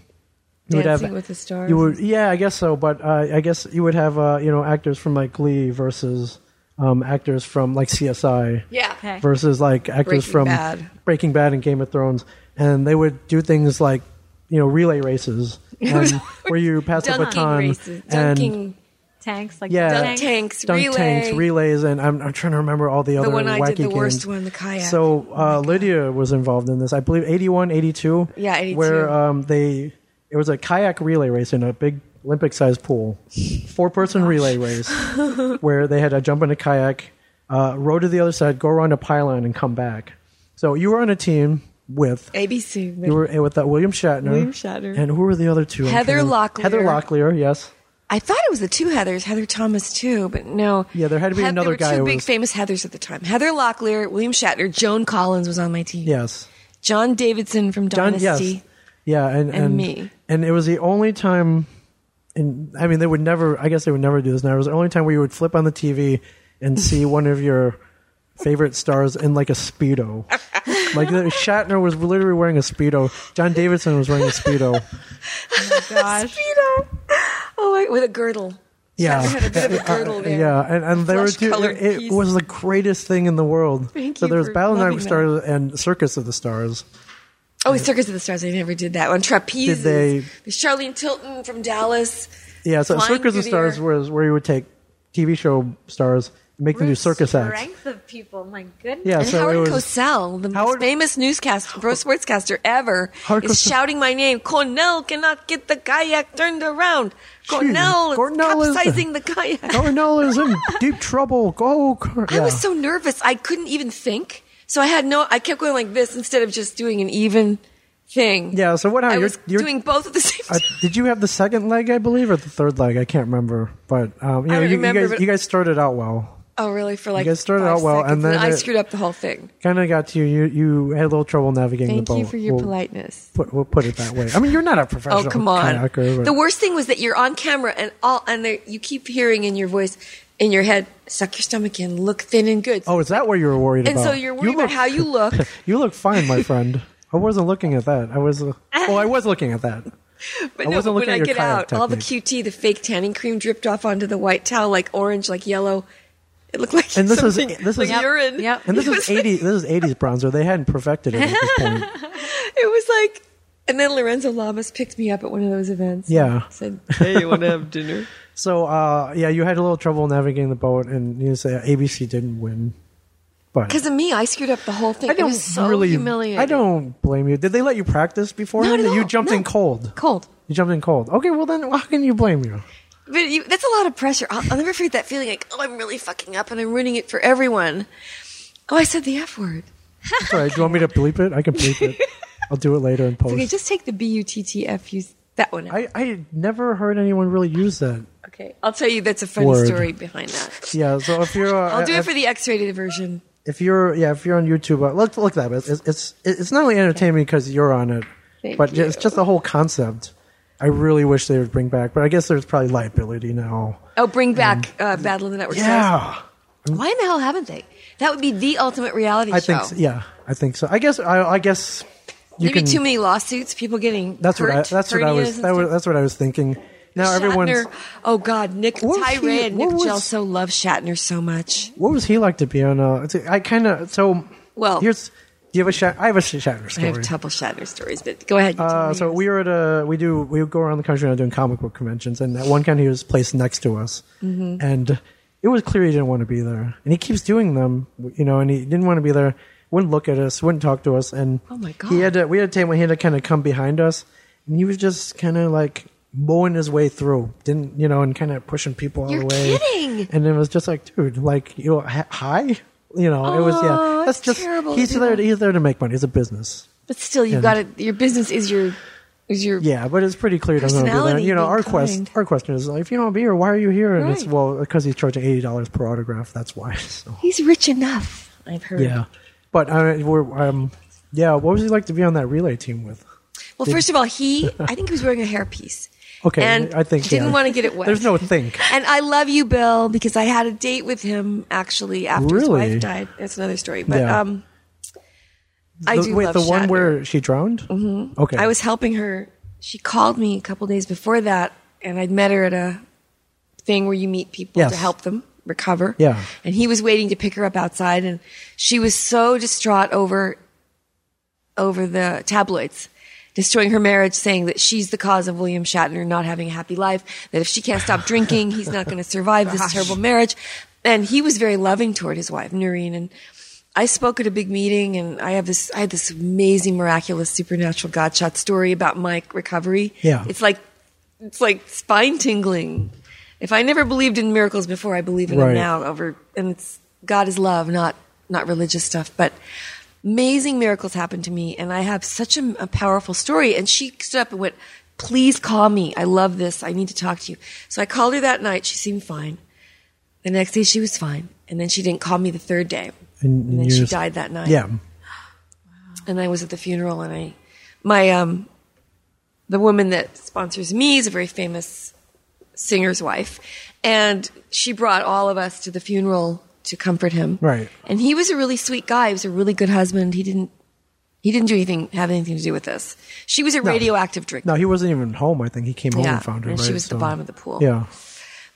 D: Dancing with the Stars.
B: You would, yeah, I guess so. But uh, I guess you would have uh, you know actors from like Glee versus um, actors from like CSI
D: Yeah.
E: Okay.
B: versus like actors
D: Breaking
B: from
D: Bad.
B: Breaking Bad and Game of Thrones, and they would do things like you know relay races and where you pass the
D: Dunking
B: baton
D: races.
B: and
D: Dunking.
E: Tanks like
B: Yeah.
E: the
D: Dunk
E: tanks.
D: tanks.
B: dunk
D: relay.
B: tanks, relays, and I'm, I'm trying to remember all the, other
D: one I
B: wacky
D: did, the
B: games.
D: worst one, the kayak.
B: So uh, Lydia was involved in this, I believe, 81, 82.
D: Yeah, 82.
B: Where um, they it was a kayak relay race in a big Olympic-sized pool, four-person relay race, where they had to jump in a kayak, uh, row to the other side, go around a pylon, and come back. So you were on a team with.
D: ABC.
B: You were with uh, William Shatner.
D: William Shatner.
B: And who were the other two? I'm
D: Heather
B: trying to-
D: Locklear.
B: Heather Locklear, yes.
D: I thought it was the two Heathers, Heather Thomas too, but no.
B: Yeah, there had to be another
D: there were
B: guy
D: Two
B: who
D: big
B: was-
D: famous Heathers at the time: Heather Locklear, William Shatner, Joan Collins was on my team.
B: Yes.
D: John Davidson from
B: Done,
D: Dynasty.
B: yes. Yeah, and,
D: And
B: and
D: me.
B: And it was the only time, and I mean, they would never. I guess they would never do this now. It was the only time where you would flip on the TV and see one of your favorite stars in like a speedo. Like the- Shatner was literally wearing a speedo. John Davidson was wearing a speedo.
E: Gosh.
D: Speedo. Oh, my, with a girdle.
B: Yeah,
D: Shatner had a bit of a girdle there.
B: yeah, and, and they were two,
D: Flesh-colored
B: it, it
D: piece.
B: was the greatest thing in the world.
D: Thank
B: so
D: you
B: there was
D: for
B: Battle of the
D: loving
B: Network Stars
D: that.
B: and Circus of the Stars.
D: Oh, Circus of the Stars. I never did that one. Trapeze.
B: Did they-
D: Charlene Tilton from Dallas.
B: Yeah, so
D: Flying
B: Circus
D: through
B: of
D: the
B: Stars
D: air.
B: was where you would take TV show stars and make them do
E: Brute
B: circus acts.
E: Strength of people. My goodness.
B: Yeah,
D: And
B: so
D: Howard
B: it was.
D: Cosell, the
B: Howard-
D: most famous newscaster, pro sportscaster ever,
B: Howard
D: is
B: Cosell-
D: shouting my name. Cornell cannot get the kayak turned around. Cornell, is
B: Cornell is the-
D: capsizing the kayak.
B: Cornell is in deep trouble. Go. Cor-
D: I
B: Yeah.
D: was so nervous. I couldn't even think. So I had no, I kept going like this instead of just doing an even thing.
B: Yeah, so what
D: I
B: happened?
D: was
B: You're- you're-
D: doing both at the same
B: I,
D: time.
B: did you have the second leg, I believe, or the third leg? I can't remember. But um, you know,
D: don't
B: you, you
D: remember,
B: guys,
D: but-
B: you guys started out well.
D: Oh, really? For like
B: guys started
D: five
B: out well, and
D: seconds,
B: then
D: I
B: it-
D: screwed up the whole thing.
B: Kind of got to you. You you had a little trouble navigating
D: Thank
B: the boat.
D: you for your
B: We'll-
D: politeness.
B: Put, we'll put it that way. I mean, you're not a professional.
D: Oh, come on!
B: Kayaker, but-
D: The worst thing was that you're on camera and all, and there, you keep hearing in your voice, in your head, suck your stomach in, look thin and good.
B: oh, is that what you were worried
D: and
B: about?
D: so you're worried
B: look,
D: about how you look.
B: You look fine, my friend. I wasn't looking at that. I was. Uh, well, I was looking at that.
D: But
B: I
D: no,
B: wasn't
D: when
B: looking at
D: I
B: your
D: get out,
B: kayak
D: all the
B: technique.
D: QT, the fake tanning cream, dripped off onto the white towel, like orange, like yellow. It looked like
B: And this is-
D: something-
B: this
D: like
B: is- Yep,
D: urine.
E: yep.
B: And this
D: It
B: is
D: was like-
B: eighty. This is eighties bronzer. They hadn't perfected it at this point.
D: It was like, and then Lorenzo Lamas picked me up at one of those events.
B: Yeah.
D: Said, hey, you want to have dinner?
B: So uh, yeah, you had a little trouble navigating the boat, and you say ABC didn't win. But
D: Because of me, I screwed up the whole thing.
B: I don't
D: it was so
B: really.
D: humiliating.
B: I don't blame you. Did they let you practice beforehand?
D: Not at
B: You
D: all,
B: jumped
D: no.
B: in cold.
D: Cold.
B: You jumped in cold. Okay, well then, how can you blame you?
D: But you, that's a lot of pressure. I'll, I'll never forget that feeling like, oh, I'm really fucking up and I'm ruining it for everyone. Oh, I said the F word.
B: It's all right. Do you want me to bleep it? I can bleep it. I'll do it later in post.
D: Okay, just take the B U T T F, use that one. out.
B: I I never heard anyone really use that.
D: okay, I'll tell you that's a funny
B: Word.
D: story behind that.
B: Yeah. So if you're, uh,
D: I'll do
B: if,
D: it for the X rated version.
B: if you're yeah if you're on YouTube, uh, look look that. up. It's it's it's not only entertaining because you're on it,
D: Thank
B: but it's
D: you.
B: just the whole concept. I really wish they would bring back, but I guess there's probably liability now.
D: Oh, bring back uh, Battle of the Network Stars.
B: Mm. Yeah,
D: Why in the hell haven't they? That would be the ultimate reality
B: I
D: show.
B: think so. yeah, I think so. I guess I, I guess you
D: Oh. Maybe
B: can.
D: too many lawsuits, people getting
B: that's
D: hurt,
B: what I, that's what I
D: hernias
B: was,
D: and
B: that
D: stuff.
B: was that's what I was thinking. Now everyone's
D: Shatner. Oh God, Nick
B: What was
D: Ty
B: he-
D: Ray and Nick
B: what was-
D: Gelso love Shatner so much.
B: what was he like to be on? Uh, it's- I kind of so.
D: Well-
B: here's do you have a Shat- I have a Shatner
D: I have
B: story.
D: couple Shatner stories, but go ahead. you tell
B: Uh,
D: me
B: so
D: yours.
B: we were at a we do we go around the country now doing comic book conventions, and at one con he was placed next to us,
D: Mm-hmm.
B: and it was clear he didn't want to be there, and he keeps doing them, you know, and he didn't want to be there, wouldn't look at us, wouldn't talk to us, and
D: Oh my
B: he
D: God.
B: had to we had a time when he had to kind of come behind us, and he was just kind of like mowing his way through, didn't you know, and kind of pushing people out
D: You're
B: of the way,
D: kidding.
B: and it was just like, dude, like you know, ha- hi. You know, it was yeah.
D: Oh,
B: That's
D: that's
B: just
D: terrible to
B: he's
D: do
B: there.
D: that.
B: He's there to make money. It's a business.
D: but still, you've got it. Your business is your is your.
B: Yeah, but it's pretty clear. he Doesn't want to be there.
D: Personality
B: You know,
D: being
B: our quest,
D: kind.
B: our question is like, if you don't want to be here, why are you here? And it's
D: Right.
B: well because he's charging eighty dollars per autograph. That's why. So,
D: He's rich enough. I've heard.
B: yeah, but I mean, we're um, yeah. What was he like to be on that relay team with?
D: Well, first of all, he I think he was wearing a hairpiece.
B: Okay,
D: And
B: I think
D: didn't
B: yeah.
D: want to get it wet.
B: There's no think.
D: And I love you, Bill, because I had a date with him actually after his
B: Really?
D: wife died. That's another story. But
B: Yeah.
D: um, I
B: The-
D: do
B: wait,
D: love
B: the one
D: Shatner.
B: where she drowned. Mm-hmm. Okay,
D: I was helping her. She called me a couple days before that, and I'd met her at a thing where you meet people
B: Yes.
D: to help them recover.
B: Yeah.
D: And he was waiting to pick her up outside, and she was so distraught over over the tabloids destroying her marriage, saying that she's the cause of William Shatner not having a happy life. That if she can't stop drinking, he's not going to survive this terrible marriage. And he was very loving toward his wife, Noreen, and. I spoke at a big meeting and I have this I had this amazing miraculous supernatural God shot story about my recovery.
B: Yeah.
D: It's like it's like spine tingling. If I never believed in miracles before, I believe in
B: Right.
D: them now over and it's God is love, not not religious stuff, but amazing miracles happened to me and I have such a, a powerful story and she stood up and went, "Please call me. I love this. I need to talk to you." So I called her that night. She seemed fine. The next day she was fine, and then she didn't call me the third day.
B: And-
D: And,
B: and
D: then
B: you
D: she
B: just-
D: died that night.
B: yeah.
D: And I was at the funeral, and I, my, um, the woman that sponsors me is a very famous singer's wife, and she brought all of us to the funeral to comfort him.
B: Right.
D: And he was a really sweet guy. He was a really good husband. He didn't, he didn't do anything, have anything to do with this. She was a radioactive drinker.
B: No, he wasn't even home. I think he came home
D: Yeah,
B: and found her.
D: and she
B: right?
D: was at the
B: So-
D: bottom of the pool.
B: Yeah,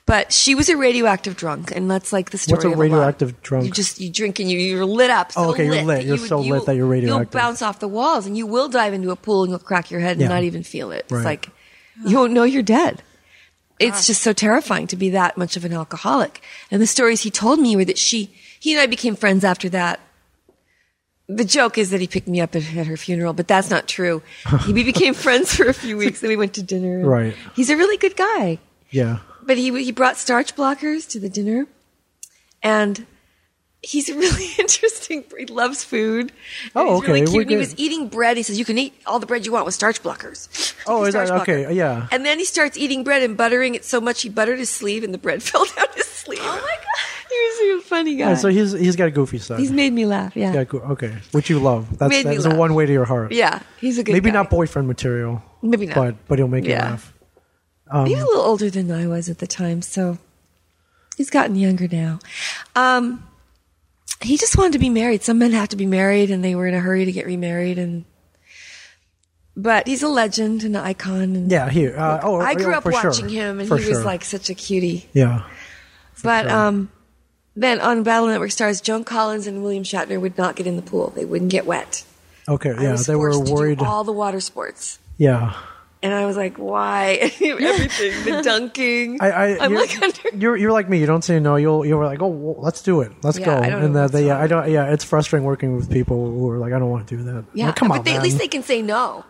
D: But she was a radioactive drunk, and that's like the story.
B: What's a
D: of lot.
B: radioactive drunk?
D: You just you drink and you you're lit up. So
B: Oh, okay, you're
D: lit.
B: lit.
D: that
B: You're
D: would-
B: so lit that you're radioactive.
D: You'll bounce off the walls, and you will dive into a pool, and you'll crack your head and
B: Yeah.
D: not even feel it. It's
B: Right.
D: like you won't know you're dead. It's just so terrifying to be that much of an alcoholic. And the stories he told me were that she, he and I became friends after that. The joke is that he picked me up at, at her funeral, but that's not true. He, we became friends for a few weeks, then we went to dinner. and
B: Right.
D: He's a really good guy
B: yeah.
D: but he he brought starch blockers to the dinner, and he's really interesting. He loves food. And
B: Oh,
D: he's Really
B: okay,
D: cute.
B: we're
D: and he was
B: good.
D: eating bread. He says you can eat all the bread you want with starch blockers. Take
B: Oh,
D: a
B: is that-
D: starch
B: okay,
D: blocker.
B: yeah.
D: And then he starts eating bread and buttering it so much he buttered his sleeve, and the bread fell down his sleeve. Oh my god! He was, he was funny guy.
B: Yeah, so he's he's got a goofy side.
D: he's made me laugh. Yeah.
B: yeah, go- okay, which you love. That's
D: Made me
B: that's a
D: laugh.
B: one way to your heart.
D: Yeah, he's a good
B: maybe
D: guy.
B: not boyfriend material.
D: Maybe not.
B: but but he'll make you
D: Yeah.
B: laugh.
D: He
B: Um,
D: was a little older than I was at the time, so he's gotten younger now. Um, he just wanted to be married. Some men have to be married, and they were in a hurry to get remarried. And but he's a legend and an icon. And
B: Yeah, here. Uh, oh,
D: I grew
B: oh,
D: up
B: for sure.
D: watching him, and
B: For
D: he
B: sure.
D: was like such a cutie.
B: yeah,
D: But um, then on Battle Network stars, Joan Collins and William Shatner would not get in the pool. They wouldn't get wet.
B: okay,
D: I
B: yeah.
D: was
B: They were
D: forced to do
B: worried.
D: all the water sports.
B: Yeah,
D: And I was like, why? Everything, the dunking.
B: I, I
D: am
B: you're,
D: like under.
B: you're you're like me. You don't say no. You'll you're like, oh, well, let's do it. Let's
D: Yeah,
B: go.
D: I don't
B: and
D: know
B: uh,
D: what's
B: they, yeah,
D: wrong.
B: I don't. Yeah, it's frustrating working with people who are like, I don't want to do that.
D: Yeah,
B: Like, come
D: but
B: on,
D: they, at
B: man.
D: least they can say no.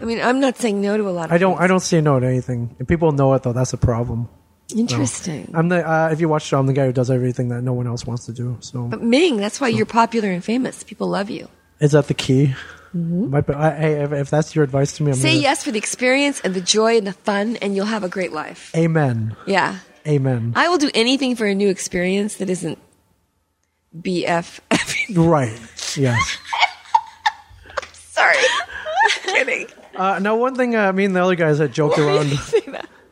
D: I mean, I'm not saying no to a lot of.
B: I don't. I don't say no to anything. If people know it though, that's a problem.
D: things. Interesting.
B: I'm the. Uh, if you watch, it, I'm the guy who does everything that no one else wants to do. So
D: But Ming, that's why you're popular and famous. People love you.
B: is that the key? Might be, I, hey, if, if that's your advice to me, I'm
D: Mm-hmm. Say
B: gonna,
D: yes for the experience and the joy and the fun, and you'll have a great life.
B: Amen.
D: Yeah,
B: Amen.
D: I will do anything for a new experience that isn't BF.
B: Right. Yes.
D: Sorry, kidding.
B: Uh, now, one thing uh, me and the other guys that joked around.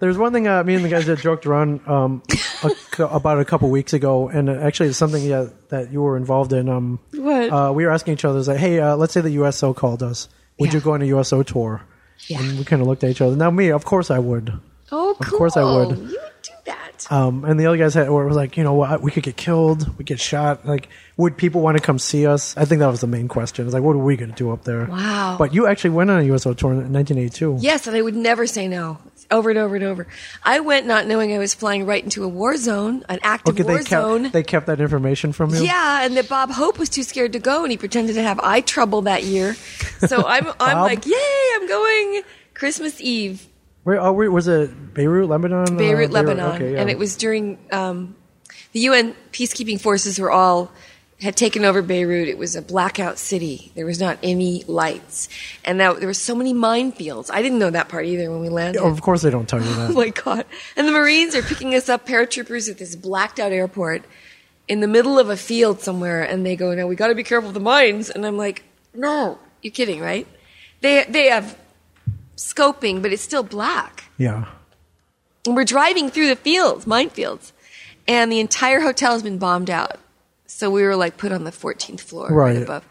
B: There's one thing uh, me and the guys that joked around um, a, cou- about a couple weeks ago, and uh, actually it's something yeah, that you were involved in. Um,
D: What?
B: Uh, we were asking each other, like, hey, uh, let's say the USO called us. Would
D: Yeah.
B: you go on a USO tour?
D: Yeah.
B: And we kind of looked at each other. Now, me, of course I would. Uh,
D: Oh,
B: Of
D: cool.
B: course I would.
D: You would do that.
B: Um, and the other guys had, were like, you know what, we could get killed, we get shot. Like, would people want to come see us? I think that was the main question. It's like, what are we going to do up there?
D: Wow.
B: But you actually went on a USO tour in 1982.
D: Yes, and I would never say no. Over and over and over. I went not knowing I was flying right into a war zone, an active
B: Okay,
D: war
B: they
D: zone.
B: kept, they kept that information from you?
D: yeah, and that Bob Hope was too scared to go, and he pretended to have eye trouble that year. So I'm, I'm
B: Bob?
D: like, yay! I'm going Christmas Eve,
B: Where, oh, where, was it Beirut, Lebanon? Uh,
D: Beirut, Lebanon,
B: okay, yeah.
D: and it was during um, the UN peacekeeping forces were all had taken over Beirut. It was a blackout city. There was not any lights, and now there were so many minefields. I didn't know that part either when we landed.
B: Of course, they don't tell you
D: Oh
B: that.
D: my god! And the Marines are picking us up, paratroopers, at this blacked out airport in the middle of a field somewhere, and they go, "Now we got to be careful of the mines." And I'm like, "No, you're kidding, right?" They they have scoping, but it's still black.
B: yeah.
D: And we're driving through the fields, minefields, and the entire hotel has been bombed out. So we were like put on the 14th floor, right,
B: Right.
D: above.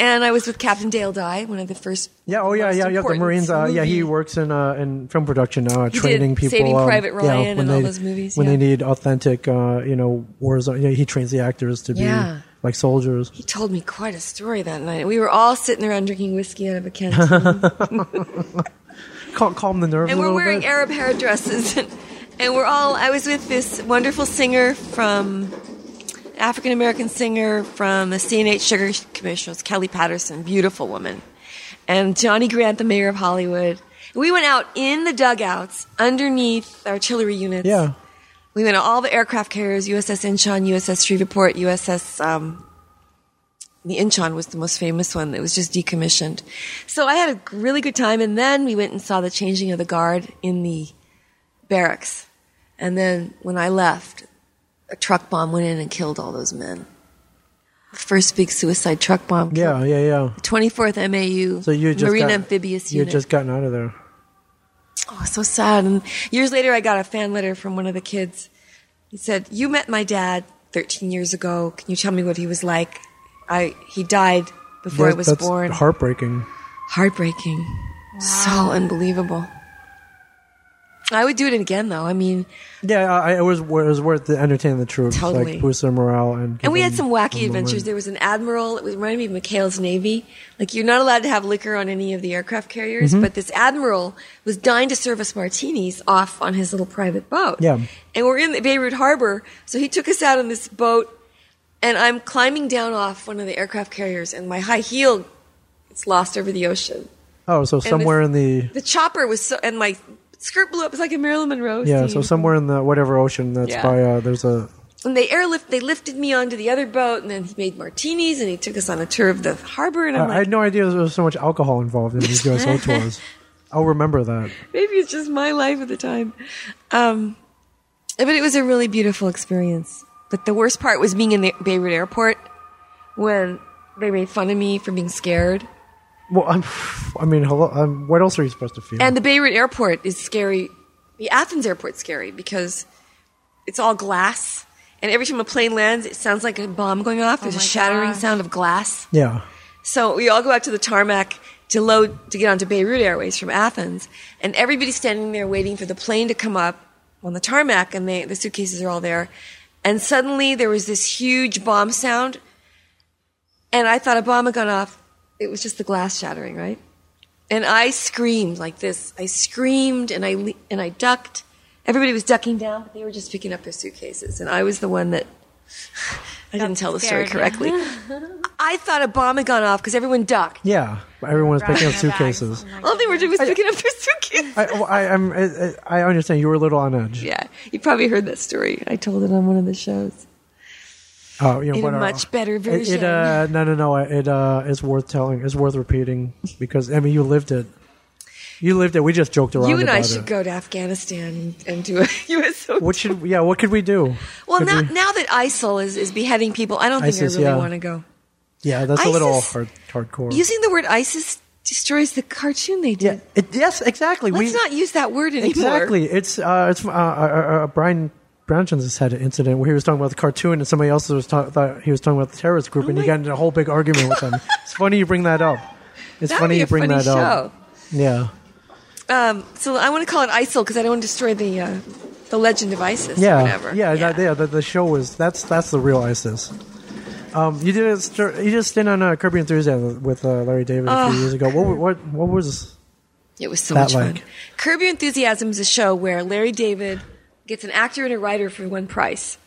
D: And I was with Captain Dale Dye, one of the first.
B: Yeah, oh yeah,
D: most
B: yeah, yeah. The
D: important
B: Marines. Uh, yeah, he
D: movie-
B: works in uh, in film production now, uh,
D: did
B: training people.
D: Saving
B: um,
D: Private Ryan
B: yeah, when
D: and all
B: they-
D: those movies,
B: When
D: yeah.
B: they need authentic, uh, you know, war zone. Yeah, he trains the actors to be
D: Yeah.
B: like soldiers.
D: He told me quite a story that night. We were all sitting around drinking whiskey out of a canteen,
B: Cal- calm the nerves.
D: and
B: a
D: we're
B: little
D: wearing
B: bit.
D: Arab hair dresses, and, and we're all. I was with this wonderful singer from African American singer from the CNH Sugar Commissioners, Kelly Patterson, beautiful woman, and Johnny Grant, the mayor of Hollywood. We went out in the dugouts underneath artillery units.
B: Yeah.
D: We went on all the aircraft carriers: USS Incheon, USS Shreveport, USS. Um, the Incheon was the most famous one that was just decommissioned. So I had a really good time, and then we went and saw the changing of the guard in the barracks. And then when I left, a truck bomb went in and killed all those men. The first big suicide truck bomb.
B: Yeah, yeah, yeah.
D: 24th MAU
B: So you just
D: Marine
B: got-
D: Amphibious
B: You
D: Unit.
B: had just gotten out of there.
D: Oh, so sad. And years later, I got a fan letter from one of the kids. He said, "You met my dad 13 years ago. Can you tell me what he was like? I he died before I
B: That-
D: was
B: that's
D: born.
B: Heartbreaking.
D: Heartbreaking. So unbelievable. I would do it again, though. I mean,
B: Yeah, I, I- it was it was worth the entertaining the troops,
D: Totally.
B: like boost their morale, and give
D: And we had
B: them
D: some
B: a
D: wacky adventures.
B: moment.
D: There was an admiral. It was reminded me of McHale's Navy. Like you're not allowed to have liquor on any of the aircraft carriers,
B: Mm-hmm.
D: but this admiral was dying to serve us martinis off on his little private boat.
B: Yeah.
D: And we're in the Beirut harbor, so he took us out on this boat, and I'm climbing down off one of the aircraft carriers, and my high heel, it's lost over the ocean.
B: Oh, so
D: this-
B: somewhere in the
D: The chopper was so, and my skirt blew up. It's like a Marilyn Monroe.
B: Yeah,
D: scene.
B: so somewhere in the whatever ocean that's
D: Yeah.
B: by uh, there's a
D: and they airlift they lifted me onto the other boat and then he made martinis and he took us on a tour of the harbor and
B: I
D: I'm
B: I
D: like
B: had no idea there was so much alcohol involved in these USO tours. I'll remember that.
D: maybe it's just my life at the time um but it was a really beautiful experience But the worst part was being in the Beirut airport when they made fun of me for being scared.
B: Well, I'm, I mean, hello, I'm, what else are you supposed to feel?
D: And the Beirut airport is scary. The Athens airport's scary because it's all glass. And every time a plane lands, it sounds like a bomb going off. There's a
E: Oh my
D: shattering
E: gosh.
D: sound of glass.
B: yeah.
D: So we all go out to the tarmac to load to get onto Beirut Airways from Athens, and everybody's standing there waiting for the plane to come up on the tarmac, and they, the suitcases are all there. And suddenly there was this huge bomb sound, and I thought a bomb had gone off. It was just the glass shattering, right? And I screamed like this. I screamed and I le- and I ducked. Everybody was ducking down, but they were just picking up their suitcases, and I was the one that I didn't tell the story
E: scared.
D: correctly. I thought a bomb had gone off because everyone ducked.
B: Yeah. Everyone was picking up
E: Wrapping their bags.
B: suitcases.
D: All they were doing was picking up their suitcases.
B: I, oh, I, I'm, I, I understand. You were a little on edge.
D: yeah, you probably heard that story. I told it on one of the shows.
B: Oh, you know,
D: In a
B: but, uh,
D: much better
B: It, it,
D: version.
B: uh, no, no, no. It uh, is worth telling. It's worth repeating because I mean, you lived it. You lived it. We just joked around.
D: you and I
B: about
D: should
B: it.
D: go to Afghanistan and do a USO.
B: What should? Yeah. What could we do?
D: well,
B: Could
D: now,
B: we-
D: now that ISIL is, is beheading people, I don't think
B: ISIS,
D: I really
B: yeah.
D: want to go.
B: yeah, that's a little
D: ISIS-
B: hard, hardcore.
D: Using the word ISIS destroys the cartoon they
B: yeah.
D: did.
B: It, yes. Exactly.
D: Let's
B: we
D: not use that word anymore.
B: exactly. It's uh, it's uh, uh, uh, uh, Brian. Brownjones has had an incident where he was talking about the cartoon and somebody else was ta- thought he was talking about the terrorist group and he
D: Oh my-
B: got into a whole big argument with them. It's funny you bring that up. It's
D: That would
B: funny
D: be
B: you
D: a
B: bring
D: funny
B: that up. Yeah.
D: Um, so I want to call it ISIL because I don't want to destroy the uh, the legend of ISIS. or
B: yeah,
D: whatever.
B: Yeah, That, yeah. The, the show was that's that's the real ISIS. Um, you did a, stir- you just did on uh, Kirby Enthusiasm with uh, Larry David a few years ago. What what what was?
D: It was so
B: That
D: much
B: like-
D: fun. Curb Your Enthusiasm is a show where Larry David gets an actor and a writer for one price.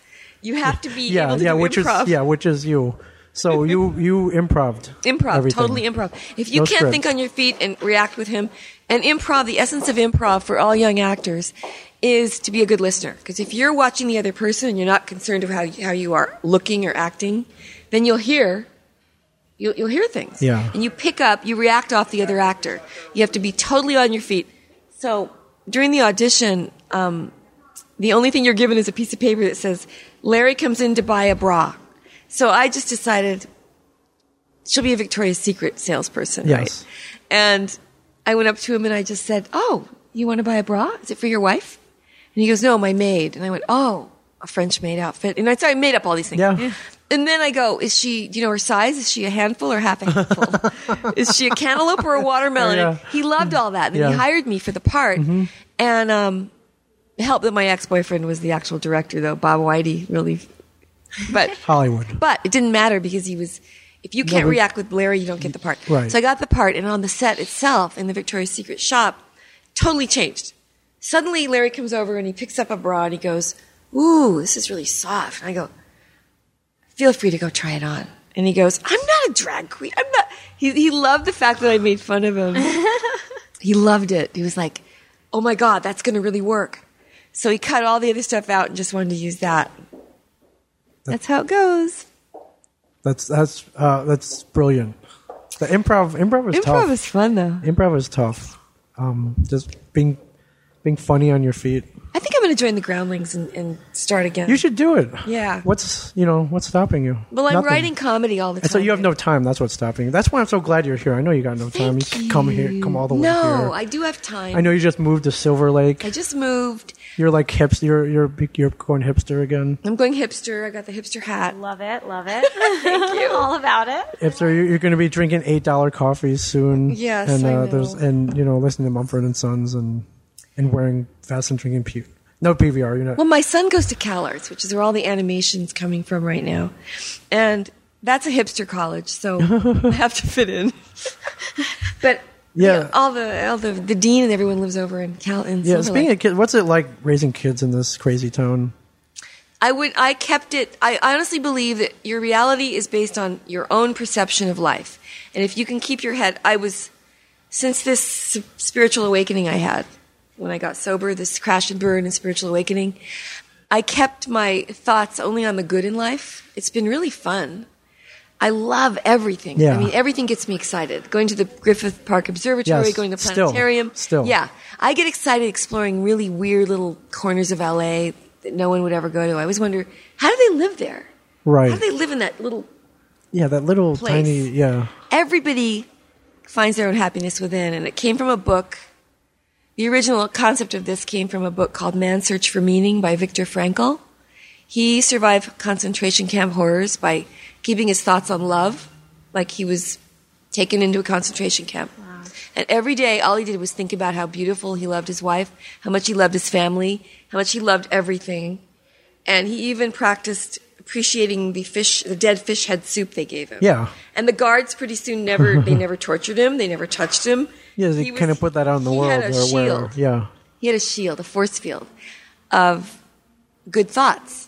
D: You have to be
B: Yeah,
D: able to
B: yeah,
D: do
B: which
D: improv.
B: is yeah, which is you. So you you improved
D: Improv,
B: everything.
D: totally improv. If you
B: No
D: can't
B: script.
D: think on your feet and react with him, and improv, the essence of improv for all young actors is to be a good listener. Because if you're watching the other person and you're not concerned of how, how you are looking or acting, then you'll hear you'll, you'll hear things.
B: Yeah.
D: And you pick up, you react off the other actor. You have to be totally on your feet. So during the audition, um, the only thing you're given is a piece of paper that says, Larry comes in to buy a bra. So I just decided she'll be a Victoria's Secret salesperson,
B: Yes.
D: right? And I went up to him and I just said, Oh, you want to buy a bra? Is it for your wife? And he goes, No, my maid. And I went, Oh, a French maid outfit. And I, so I made up all these things.
B: Yeah. Yeah.
D: And then I go, Is she, do you know her size? Is she a handful or half a handful? Is she a cantaloupe or a watermelon?
B: Yeah.
D: And He loved all that. And then
B: Yeah. Mm-hmm.
D: he hired me for the part. And um, help that my ex boyfriend was the actual director, though. Bob Whitey really. But
B: Hollywood.
D: but it didn't matter because he was. If you can't
B: but-
D: react with Larry, you don't get the part.
B: Right.
D: So I got the part, and on the set itself, in the Victoria's Secret shop, totally changed. Suddenly, Larry comes over and he picks up a bra and he goes, "Ooh, this is really soft." And I go, "Feel free to go try it on." And he goes, "I'm not a drag queen. I'm not." He he loved the fact that I made fun of him. he loved it. He was like, "Oh my god, that's going to really work." So he cut all the other stuff out and just wanted to use that. That's how it goes.
B: That's that's uh, that's brilliant. The improv improv is tough.
D: Improv is fun though.
B: improv is tough. Um, just being being funny on your feet.
D: I think I'm going to join the Groundlings and, and start again.
B: You should do it.
D: Yeah.
B: What's you know what's stopping you?
D: well, I'm
B: Nothing.
D: writing comedy all the time.
B: So you have no time. That's what's stopping you. That's why I'm so glad you're here. I know you got no time. You
D: Thank
B: can come here, come all the way
D: no,
B: here.
D: I do have time.
B: I know you just moved to Silver Lake.
D: I just moved.
B: You're like hipster. You're you're you're going hipster again.
D: I'm going hipster. I got the hipster hat.
E: Love it, love it. Thank you. All about it.
B: Hipster. You're, you're going to be drinking eight dollar coffees soon.
D: Yes,
B: and uh,
D: I know.
B: there's and you know listening to Mumford and Sons and and wearing vests and drinking pu No PVR. You're not.
D: Well, my son goes to CalArts, which is where all the animation's coming from right now, and that's a hipster college, so I have to fit in. but
B: Yeah.
D: you know, all the all the the dean and everyone lives over in Cal. In
B: yeah.
D: Silver
B: Speaking
D: Lake.
B: of kids, what's it like raising kids in this crazy town?
D: I would. I kept it. I honestly believe that your reality is based on your own perception of life, and if you can keep your head. I was since this s- spiritual awakening I had when I got sober, this crash and burn and spiritual awakening. I kept my thoughts only on the good in life. It's been really fun. I love everything.
B: Yeah.
D: I mean, everything gets me excited. Going to the Griffith Park Observatory,
B: Yes,
D: going to the
B: still,
D: planetarium.
B: still.
D: Yeah. I get excited exploring really weird little corners of LA that no one would ever go to. I always wonder how do they live there? How do
B: Right.
D: they live in that little?
B: Yeah, that little
D: Place.
B: tiny. Yeah.
D: Everybody finds their own happiness within, and it came from a book. The original concept of this came from a book called Man's Search for Meaning by Viktor Frankl. He survived concentration camp horrors by keeping his thoughts on love, like he was taken into a concentration camp. And every day, all he did was think about how beautiful he loved his wife, how much he loved his family, how much he loved everything. And he even practiced appreciating the fish, the dead fish head soup they gave him.
B: Yeah.
D: And the guards pretty soon never, they never tortured him, they never touched him.
B: Yeah, they
D: He was-
B: kind of put that out in the
D: he
B: world.
D: had a
B: where- where-
D: shield.
B: yeah.
D: He had a shield, a force field of good thoughts.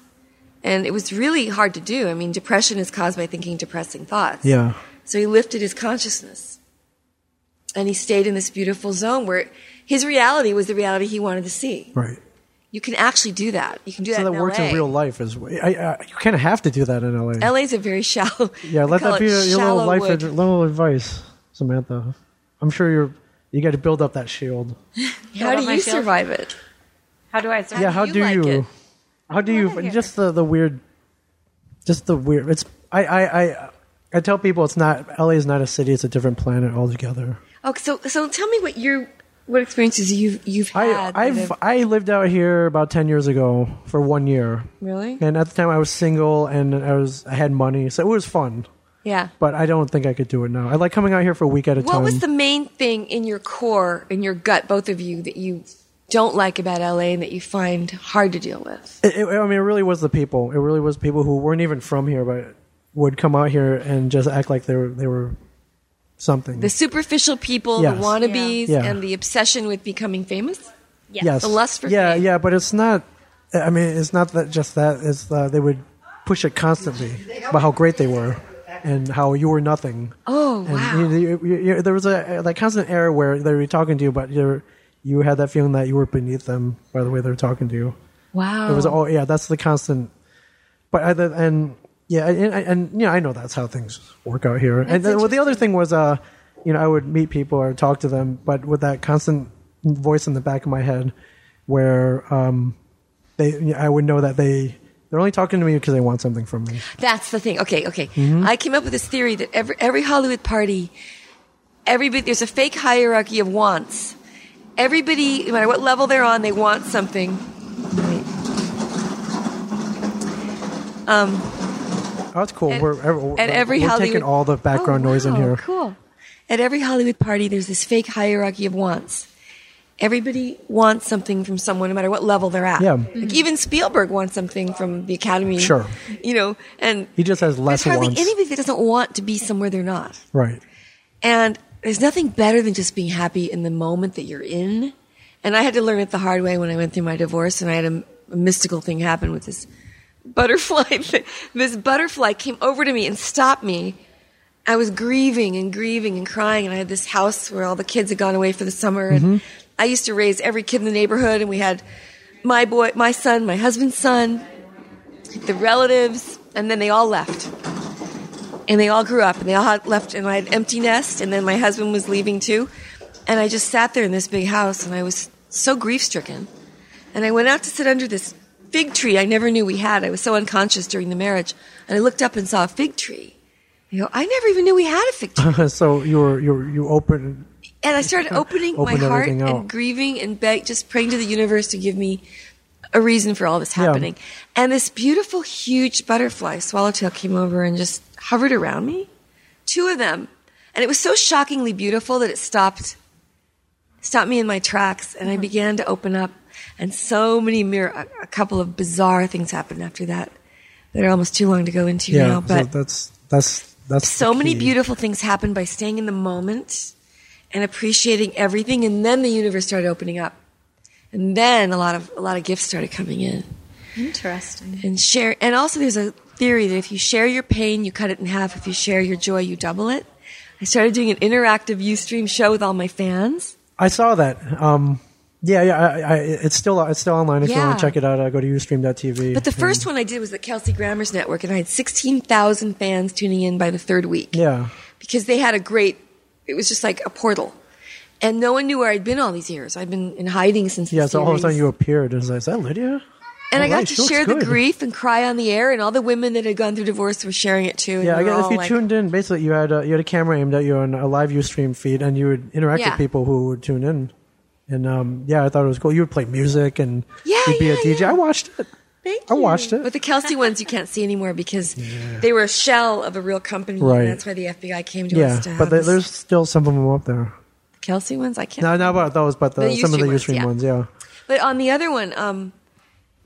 D: And it was really hard to do. I mean, depression is caused by thinking depressing thoughts.
B: Yeah.
D: So he lifted his consciousness and he stayed in this beautiful zone where his reality was the reality he wanted to see.
B: Right.
D: You can actually do that. You can do
B: So
D: that,
B: that
D: in
B: works
D: LA.
B: in real life. Is I, I, you kind of have to do that in LA.
D: LA is a very shallow.
B: yeah,
D: they
B: let
D: call
B: that
D: it
B: be your, your
D: shallow
B: little life,
D: wood.
B: ad- little advice, Samantha. I'm sure you're. You got to build up that shield.
D: How
E: Build
D: do
E: up my
D: you
E: shield.
D: survive it?
E: How do I survive?
B: yeah, how
D: you
B: do
D: like
B: you?
D: it?
B: How do you?
E: Wanna hear.
B: Just the the weird. Just the weird. It's I I I. I tell people it's not LA is not a city; it's a different planet altogether.
D: Oh, so so tell me what your what experiences you've you've
B: I
D: had. that
B: I've
D: have-
B: I lived out here about ten years ago for one year,
D: really
B: and at the time I was single and I was I had money, so it was fun.
D: yeah.
B: But I don't think I could do it now. I like coming out here for a week at a
D: What
B: time.
D: was the main thing in your core, in your gut, both of you, that you don't like about LA and that you find hard to deal with?
B: It, it- I mean, it really was the people. It really was people who weren't even from here, but would come out here and just act like they were they were something.
D: The superficial people,
B: Yes.
D: the wannabes,
B: Yeah. Yeah.
D: and the obsession with becoming famous.
E: Yes.
B: yes,
D: the lust for
B: yeah,
D: fame.
B: yeah. But it's not. I mean, it's not that just that. It's uh, they would push it constantly about how great they were and how you were nothing.
D: Oh
B: And
D: wow!
B: you- you- you- you- there was a that constant era where they were talking to you, but you you had that feeling that you were beneath them by the way they were talking to you.
D: wow.
B: It was all yeah. That's the constant. But I, the- and yeah, and, and- and you know, I know that's how things work out here. and then, well, the other thing was, uh, you know, I would meet people or talk to them, but with that constant voice in the back of my head, where um, they, I would know that they they're only talking to me because they want something from me.
D: That's the thing. Okay, okay.
B: Mm-hmm.
D: I came up with this theory that every every Hollywood party, everybody there's a fake hierarchy of wants. Everybody, no matter what level they're on, they want something. Wait.
B: Oh, that's cool.
D: And-
B: we're ev- we're,
D: and every
B: we're
D: Hollywood-
B: taking all the background
D: Oh,
B: noise in
D: wow,
B: here.
D: Cool. At every Hollywood party, there's this fake hierarchy of wants. Everybody wants something from someone, no matter what level they're at.
B: Yeah.
D: Like even Spielberg wants something from the Academy.
B: Sure.
D: You know, and
B: He just has
D: there's
B: less
D: hardly
B: wants,
D: anybody that doesn't want to be somewhere they're not.
B: right?
D: And there's nothing better than just being happy in the moment that you're in. And I had to learn it the hard way when I went through my divorce and I had a, a mystical thing happen with this butterfly. thing. this butterfly came over to me and stopped me. I was grieving and grieving and crying and I had this house where all the kids had gone away for the summer and I used to raise every kid in the neighborhood and we had my boy, my son, my husband's son, the relatives, and then they all left and they all grew up and they all had left and I had empty nest and then my husband was leaving too. And I just sat there in this big house and I was so grief stricken. And I went out to sit under this fig tree I never knew we had. I was so unconscious during the marriage. And I looked up and saw a fig tree. I go, I never even knew we had a fig tree.
B: so you were you were- you open
D: And I started opening my
B: Opened
D: heart
B: everything
D: and
B: out.
D: grieving and beg, just praying to the universe to give me a reason for all this happening. And this beautiful, huge butterfly swallowtail came over and just hovered around me. Two of them. And it was so shockingly beautiful that it stopped, stopped me in my tracks.
B: Mm-hmm.
D: And I began to open up. And so many mir a, a couple of bizarre things happened after that that are almost too long to go into
B: yeah.
D: now. But
B: so that's that's that's the
D: so many
B: key.
D: beautiful things happen by staying in the moment and appreciating everything and then the universe started opening up and then a lot of a lot of gifts started coming in
E: Interesting.
D: and share and also there's a theory that if you share your pain you cut it in half if you share your joy you double it i started doing an interactive ustream show with all my fans
B: I saw that. Um, yeah, yeah. I, I, it's still it's still online. If you
D: Yeah.
B: want to check it out, uh, go to ustream.tv.
D: but the first one i did was at kelsey grammer's network and i had 16000 fans tuning in by the third week
B: yeah,
D: because they had a great it was just like a portal and no one knew where i'd been all these years i've been in hiding since
B: yeah. So all of a
D: series.
B: sudden you appeared, and it's like, is that Lydia?
D: And
B: All
D: I got
B: right,
D: to
B: she looks
D: share
B: good.
D: the grief and cry on the air, and all the women that had gone through divorce were sharing it too. and
B: Yeah,
D: we
B: I
D: were
B: guess if
D: all
B: you
D: like-
B: tuned in, basically you had a, you had a camera aimed at you on a live view stream feed, and you would interact
D: Yeah.
B: with people who would tune in. And um, yeah, I thought it was cool. You would play music and
D: Yeah,
B: you'd be a
D: yeah,
B: DJ. I watched it.
E: Thank
B: I watched it.
D: But the Kelsey ones you can't see anymore because they were a shell of a real company.
B: Right.
D: And that's why the FBI came to
B: yeah,
D: us to have
B: but there-
D: us.
B: there's still some of them up there.
D: Kelsey ones. I can't.
B: No, not about those, but the,
D: The
B: some of the
D: Ustream ones,
B: Ustream
D: yeah.
B: ones. Yeah,
D: But on the other one, um,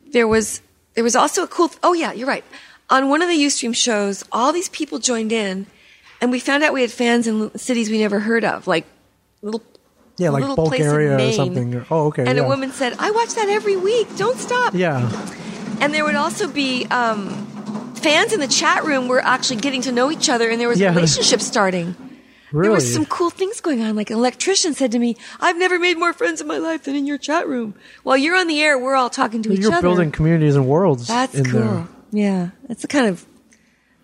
D: there was there was also a cool. oh yeah, you're right. On one of the UStream shows, all these people joined in, and we found out we had fans in l- cities we never heard of, like little
B: yeah,
D: a
B: like
D: little
B: Bulgaria
D: place in
B: or
D: Maine.
B: something. Oh, okay.
D: And
B: yeah.
D: a woman said, "I watch that every week. Don't stop."
B: Yeah,
D: And there would also be um, fans in the chat room were actually getting to know each other, and there was
B: Yeah.
D: a relationship starting.
B: really.
D: There were some cool things going on. Like an electrician said to me, "I've never made more friends in my life than in your chat room." While you're on the air, we're all talking to each
B: You're
D: other.
B: building communities and worlds.
D: That's
B: in
D: cool.
B: There.
D: Yeah, that's the kind of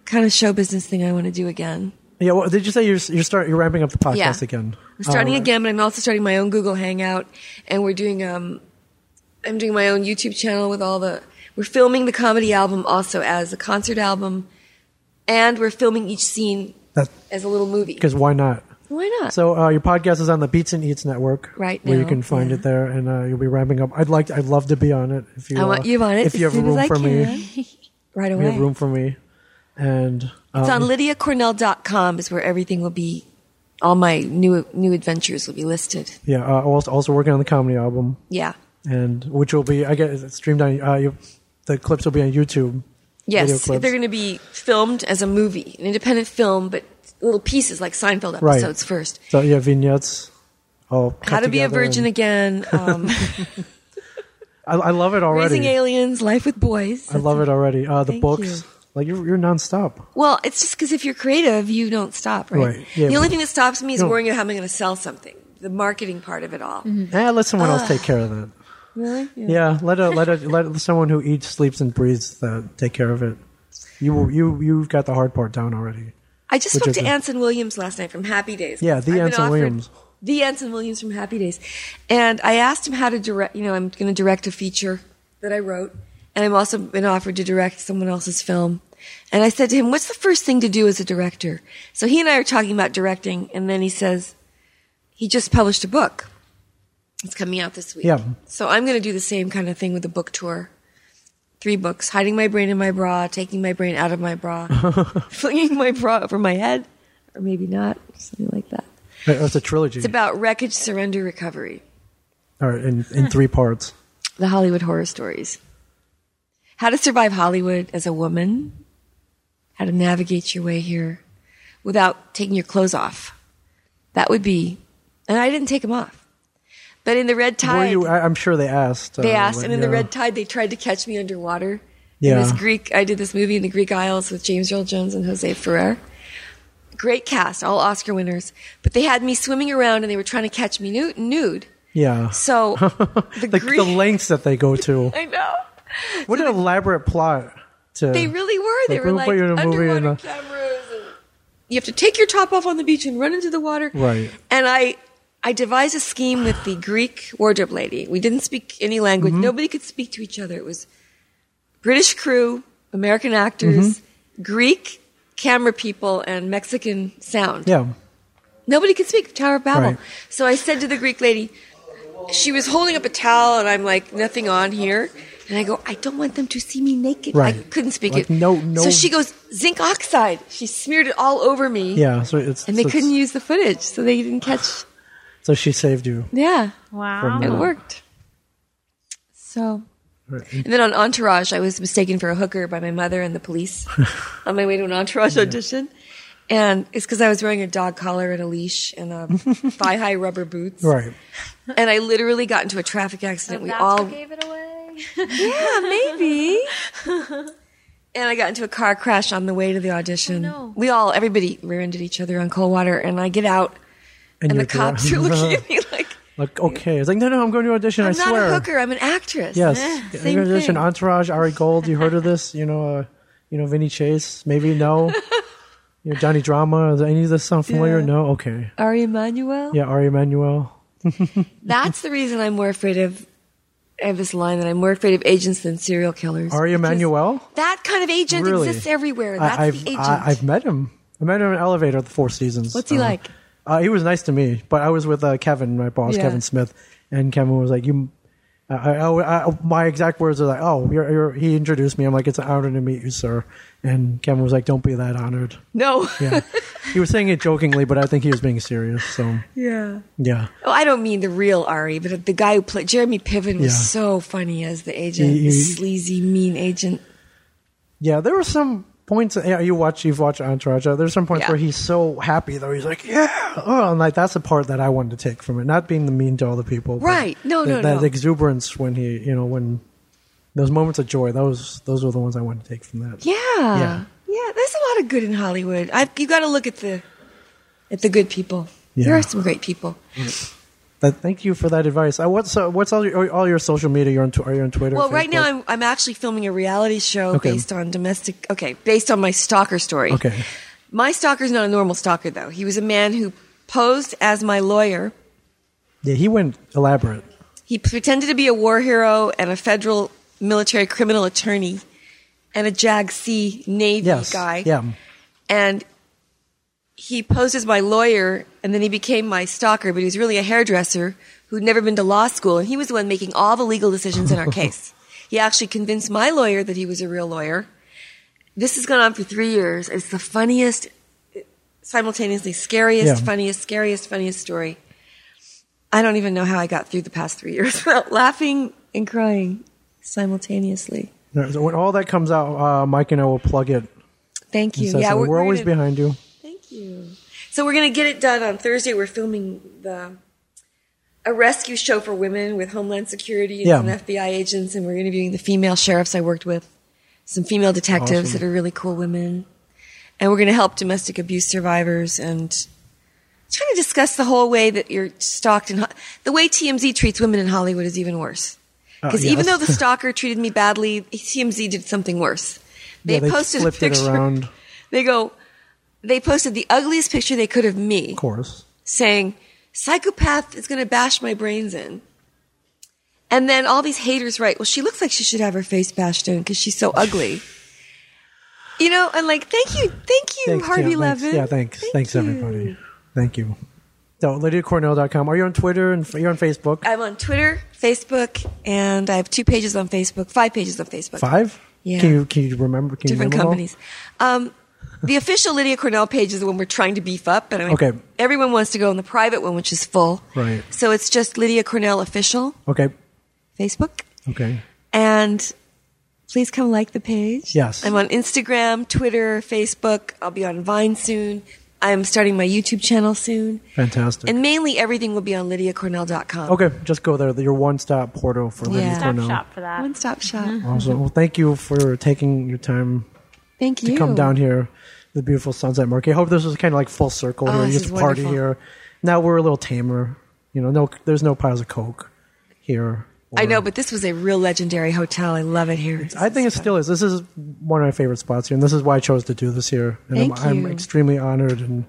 D: kind of show business thing I want to do again.
B: Yeah. Well, did you say you're you're start you're ramping up the podcast
D: Yeah.
B: again?
D: I'm starting
B: Oh,
D: again, but I'm also starting my own Google Hangout, and we're doing um, I'm doing my own YouTube channel with all the. We're filming the comedy album also as a concert album, and we're filming each scene
B: That's
D: as a little movie.
B: because why not?
D: Why not?
B: So uh, your podcast is on the Beats and Eats network,
D: Right
B: Where you
D: now,
B: can find
D: yeah.
B: it there, and uh, you'll be ramping up. I'd like, I'd love to be on it. If you,
D: I want
B: uh,
D: you on it
B: If you
D: as
B: have
D: soon as
B: room
D: I
B: for
D: can.
B: me,
D: right
B: if you have
D: away.
B: room for me, and
D: It's
B: um,
D: on lydiacornell.com is where everything will be. All my new new adventures will be listed.
B: yeah, uh, also also working on the comedy album,
D: Yeah.
B: and which will be I guess it's streamed on. Uh, you, the clips will be on YouTube. video
D: Yes,
B: clips.
D: they're going to be filmed as a movie, an independent film, but little pieces like Seinfeld
B: Right.
D: episodes first.
B: So yeah, vignettes. All cut
D: How to be a
B: together
D: virgin
B: and-
D: again, um,
B: I, I love it already.
D: raising aliens, life with boys.
B: I love it already. Uh, the
D: Thank
B: books,
D: you.
B: like you're you're nonstop.
D: Well, it's just because if you're creative, you don't stop, right?
B: Right, yeah,
D: the
B: but-
D: only thing that stops me is
B: No.
D: worrying about how I'm going to sell something, the marketing part of it all.
B: Eh, let someone else take care of that.
D: Really?
B: Yeah, let a, let a, let someone who eats, sleeps, and breathes uh, take care of it. You you you've got the hard part down already.
D: I just
B: Which
D: spoke
B: is
D: to
B: a-
D: Anson Williams last night from Happy Days.
B: Yeah, the
D: been
B: Anson
D: offered-
B: Williams.
D: The Anson Williams from Happy Days. And I asked him how to direct, you know, I'm going to direct a feature that I wrote. And I've also been offered to direct someone else's film. And I said to him, what's the first thing to do as a director? So he and I are talking about directing. And then he says, he just published a book. It's coming out this week.
B: Yeah.
D: So I'm going to do the same kind of thing with the book tour. Three books, hiding my brain in my bra, taking my brain out of my bra, flinging my bra over my head, or maybe not, something like that.
B: Right, It's a trilogy.
D: It's about wreckage, surrender, recovery,
B: All right, in in three parts.
D: the Hollywood horror stories. How to survive Hollywood as a woman, how to navigate your way here without taking your clothes off. That would be, and I didn't take them off. But in the red
B: Were
D: tide,
B: you? I, I'm sure they asked.
D: They
B: uh,
D: asked,
B: what-
D: and in the
B: yeah.
D: red tide, they tried to catch me underwater.
B: Yeah.
D: In this Greek, I did this movie in the Greek Isles with James Earl Jones and Jose Ferrer. Great cast, all Oscar winners. But they had me swimming around, and they were trying to catch me nude. nude.
B: Yeah.
D: So the
B: Like
D: Greek,
B: the lengths that they go to.
D: I know
B: What an elaborate plot. To
D: they really were. They
B: Like,
D: were
B: we'll
D: like
B: put you in a movie
D: underwater
B: and, uh,
D: cameras, and you have to take your top off on the beach and run into the water.
B: Right.
D: And I, I devised a scheme with the Greek wardrobe lady. We didn't speak any language.
B: Mm-hmm.
D: Nobody could speak to each other. It was British crew, American actors,
B: Mm-hmm.
D: Greek camera people, and Mexican sound.
B: yeah.
D: Nobody could speak Tower of Babel.
B: Right.
D: So I said to the Greek lady, she was holding up a towel, and I'm like, nothing on here. And I go, I don't want them to see me naked. I
B: Right.
D: couldn't speak
B: Like,
D: it.
B: no- no-
D: So she goes, zinc oxide. She smeared it all over me.
B: Yeah. So it's
D: And they
B: so it's-
D: couldn't use the footage, so they didn't catch.
B: So she saved you.
D: Yeah,
E: Wow.
D: it worked. So. And then on Entourage, I was mistaken for a hooker by my mother and the police on my way to an Entourage audition. And it's because I was wearing a dog collar and a leash and a thigh high rubber boots.
B: Right.
D: And I literally got into a traffic accident. we
E: That's
D: all,
E: what gave it away.
D: yeah, maybe. and I got into a car crash on the way to the audition.
E: Oh, no.
D: We all, everybody, rear-ended each other on cold water. And I get out, and,
B: you're
D: the cops are looking at me like,
B: Like okay, it's like no, no, I'm going to audition.
D: "I'm
B: I
D: not
B: swear.
D: a hooker. I'm an actress."
B: Yes,
D: same
B: You're gonna audition
D: thing.
B: Entourage, Ari Gold. You heard of this? You know, uh, you know Vinny Chase. Maybe no. you know Johnny Drama. Does any of this sound familiar?
D: Yeah.
B: No. Okay.
D: Ari Emanuel.
B: Yeah, Ari Emanuel.
D: That's the reason I'm more afraid of I have this line that I'm more afraid of agents than serial killers.
B: Ari
D: because
B: Emanuel?
D: That kind of agent
B: Really?
D: exists everywhere. That's
B: I, I've,
D: the agent.
B: I, have met him. I met him in an elevator at the Four Seasons.
D: What's he
B: Uh,
D: like?
B: Uh, he was nice to me, but I was with uh, Kevin, my boss,
D: Yeah.
B: Kevin Smith, and Kevin was like, "You." uh, I, I, I, my exact words are like, "Oh, you're, you're, he introduced me." I'm like, "It's an honor to meet you, sir." And Kevin was like, "Don't be that honored."
D: no.
B: Yeah, he was saying it jokingly, but I think he was being serious. So
D: yeah.
B: yeah,
D: Oh, I don't mean the real Ari, but the guy who played Jeremy Piven was
B: Yeah.
D: so funny as the agent,
B: He-
D: the
B: he-
D: sleazy, mean agent.
B: yeah. There were some points. Yeah, you watch, you've watched Entourage. uh, There's some points
D: Yeah.
B: where he's so happy though. He's like, "Yeah," oh, and like that's the part that I wanted to take from it, not being the mean to other people. but
D: Right. No, no,
B: that, that
D: no.
B: exuberance when he, you know, when those moments of joy, those those were the ones I wanted to take from that.
D: Yeah. Yeah. There's a lot of good in Hollywood. I've, you got to look at the at the good people. There
B: Yeah.
D: are some great people.
B: That, thank you for that advice. Uh, what's uh, what's all your, all your social media? You're on, tw- are you on Twitter?
D: Well, right now
B: Facebook?
D: I'm, I'm actually filming a reality show
B: Okay.
D: based on domestic. Okay, based on my stalker story.
B: Okay.
D: My stalker's not a normal stalker though. He was a man who posed as my lawyer.
B: yeah, he went elaborate.
D: He pretended to be a war hero and a federal military criminal attorney and a JAG C Navy
B: Yes,
D: guy.
B: yeah,
D: And he posed as my lawyer and then he became my stalker, but he was really a hairdresser who'd never been to law school and he was the one making all the legal decisions in our case. He actually convinced my lawyer that he was a real lawyer. This has gone on for three years. It's the funniest, simultaneously scariest,
B: Yeah.
D: funniest, scariest, funniest story. I don't even know how I got through the past three years without laughing and crying simultaneously.
B: No, so when all that comes out, uh, Mike and I will plug it.
D: Thank you.
B: So- so we're, always
D: gonna-
B: behind you.
D: Thank you. So we're going to get it done on Thursday. We're filming the a rescue show for women with Homeland Security and
B: Yeah.
D: some FBI agents, and we're interviewing the female sheriffs I worked with, some female detectives
B: Awesome.
D: that are really cool women, and we're going to help domestic abuse survivors and trying to discuss the whole way that you're stalked and the way TMZ treats women in Hollywood is even worse. Because
B: yeah,
D: even though
B: that's-
D: the stalker treated me badly, TMZ did something worse. They,
B: Yeah, they
D: posted a
B: flipped it
D: picture.
B: around.
D: They go, they posted the ugliest picture they could of me
B: Of course.
D: saying, psychopath is going to bash my brains in. And then all these haters write, well, she looks like she should have her face bashed in because she's so ugly. You know, and like, thank you, thank you,
B: Thanks,
D: Harvey
B: yeah, thanks.
D: Levin.
B: Yeah, thanks.
D: Thank
B: thanks,
D: you.
B: everybody. Thank you. So, LydiaCornell.com. Are you on Twitter and f- you're on Facebook?
D: I'm on Twitter, Facebook, and I have two pages on Facebook, five pages on Facebook.
B: Five.
D: Yeah.
B: Can you can you remember? Can
D: different
B: you remember
D: companies. Um, the official Lydia Cornell page is the one we're trying to beef up, and I mean,
B: Okay.
D: everyone wants to go on the private one, which is full.
B: Right.
D: So it's just Lydia Cornell official
B: All? Okay.
D: Facebook,
B: Okay.
D: and please come like the page.
B: Yes.
D: I'm on Instagram, Twitter, Facebook. I'll be on Vine soon. I'm starting my YouTube channel soon,
B: Fantastic.
D: and mainly everything will be on LydiaCornell.com.
B: Okay, just go there. Your one stop portal for Lydia
D: Yeah.
E: Stop
B: Cornell.
E: shop for that.
D: One stop shop.
B: Awesome. Well, thank you for taking your time
D: Thank you.
B: to come down here, the beautiful Sunset Market. I hope this was kind of like full circle
D: Oh,
B: here. You
D: this
B: used
D: is
B: to party
D: wonderful.
B: here. Now we're a little tamer. You know, no, there's no piles of coke here.
D: I
B: Or-
D: know, but this was a real legendary hotel. I love it here.
B: I think it still is. This is one of my favorite spots here, and this is why I chose to do this here. And
D: Thank
B: I'm,
D: you.
B: I'm extremely honored and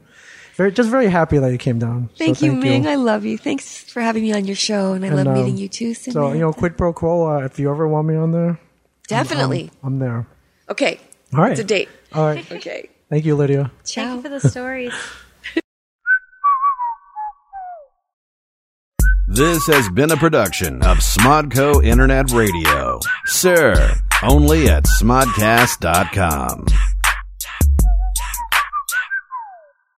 B: very, just very happy that you came down. So
D: Thank you, Ming.
B: you.
D: I love you. Thanks for having me on your show, and I
B: And,
D: love
B: um,
D: meeting you too.
B: So you know, quid pro quo. Uh, if you ever want me on there,
D: definitely.
B: I'm there.
D: okay,
B: All right.
D: it's a date.
B: All right.
D: Okay,
B: Thank you, Lydia.
D: ciao.
E: Thank you for the stories.
A: This has been a production of Smodco Internet Radio. Sir, only at smodcast.com.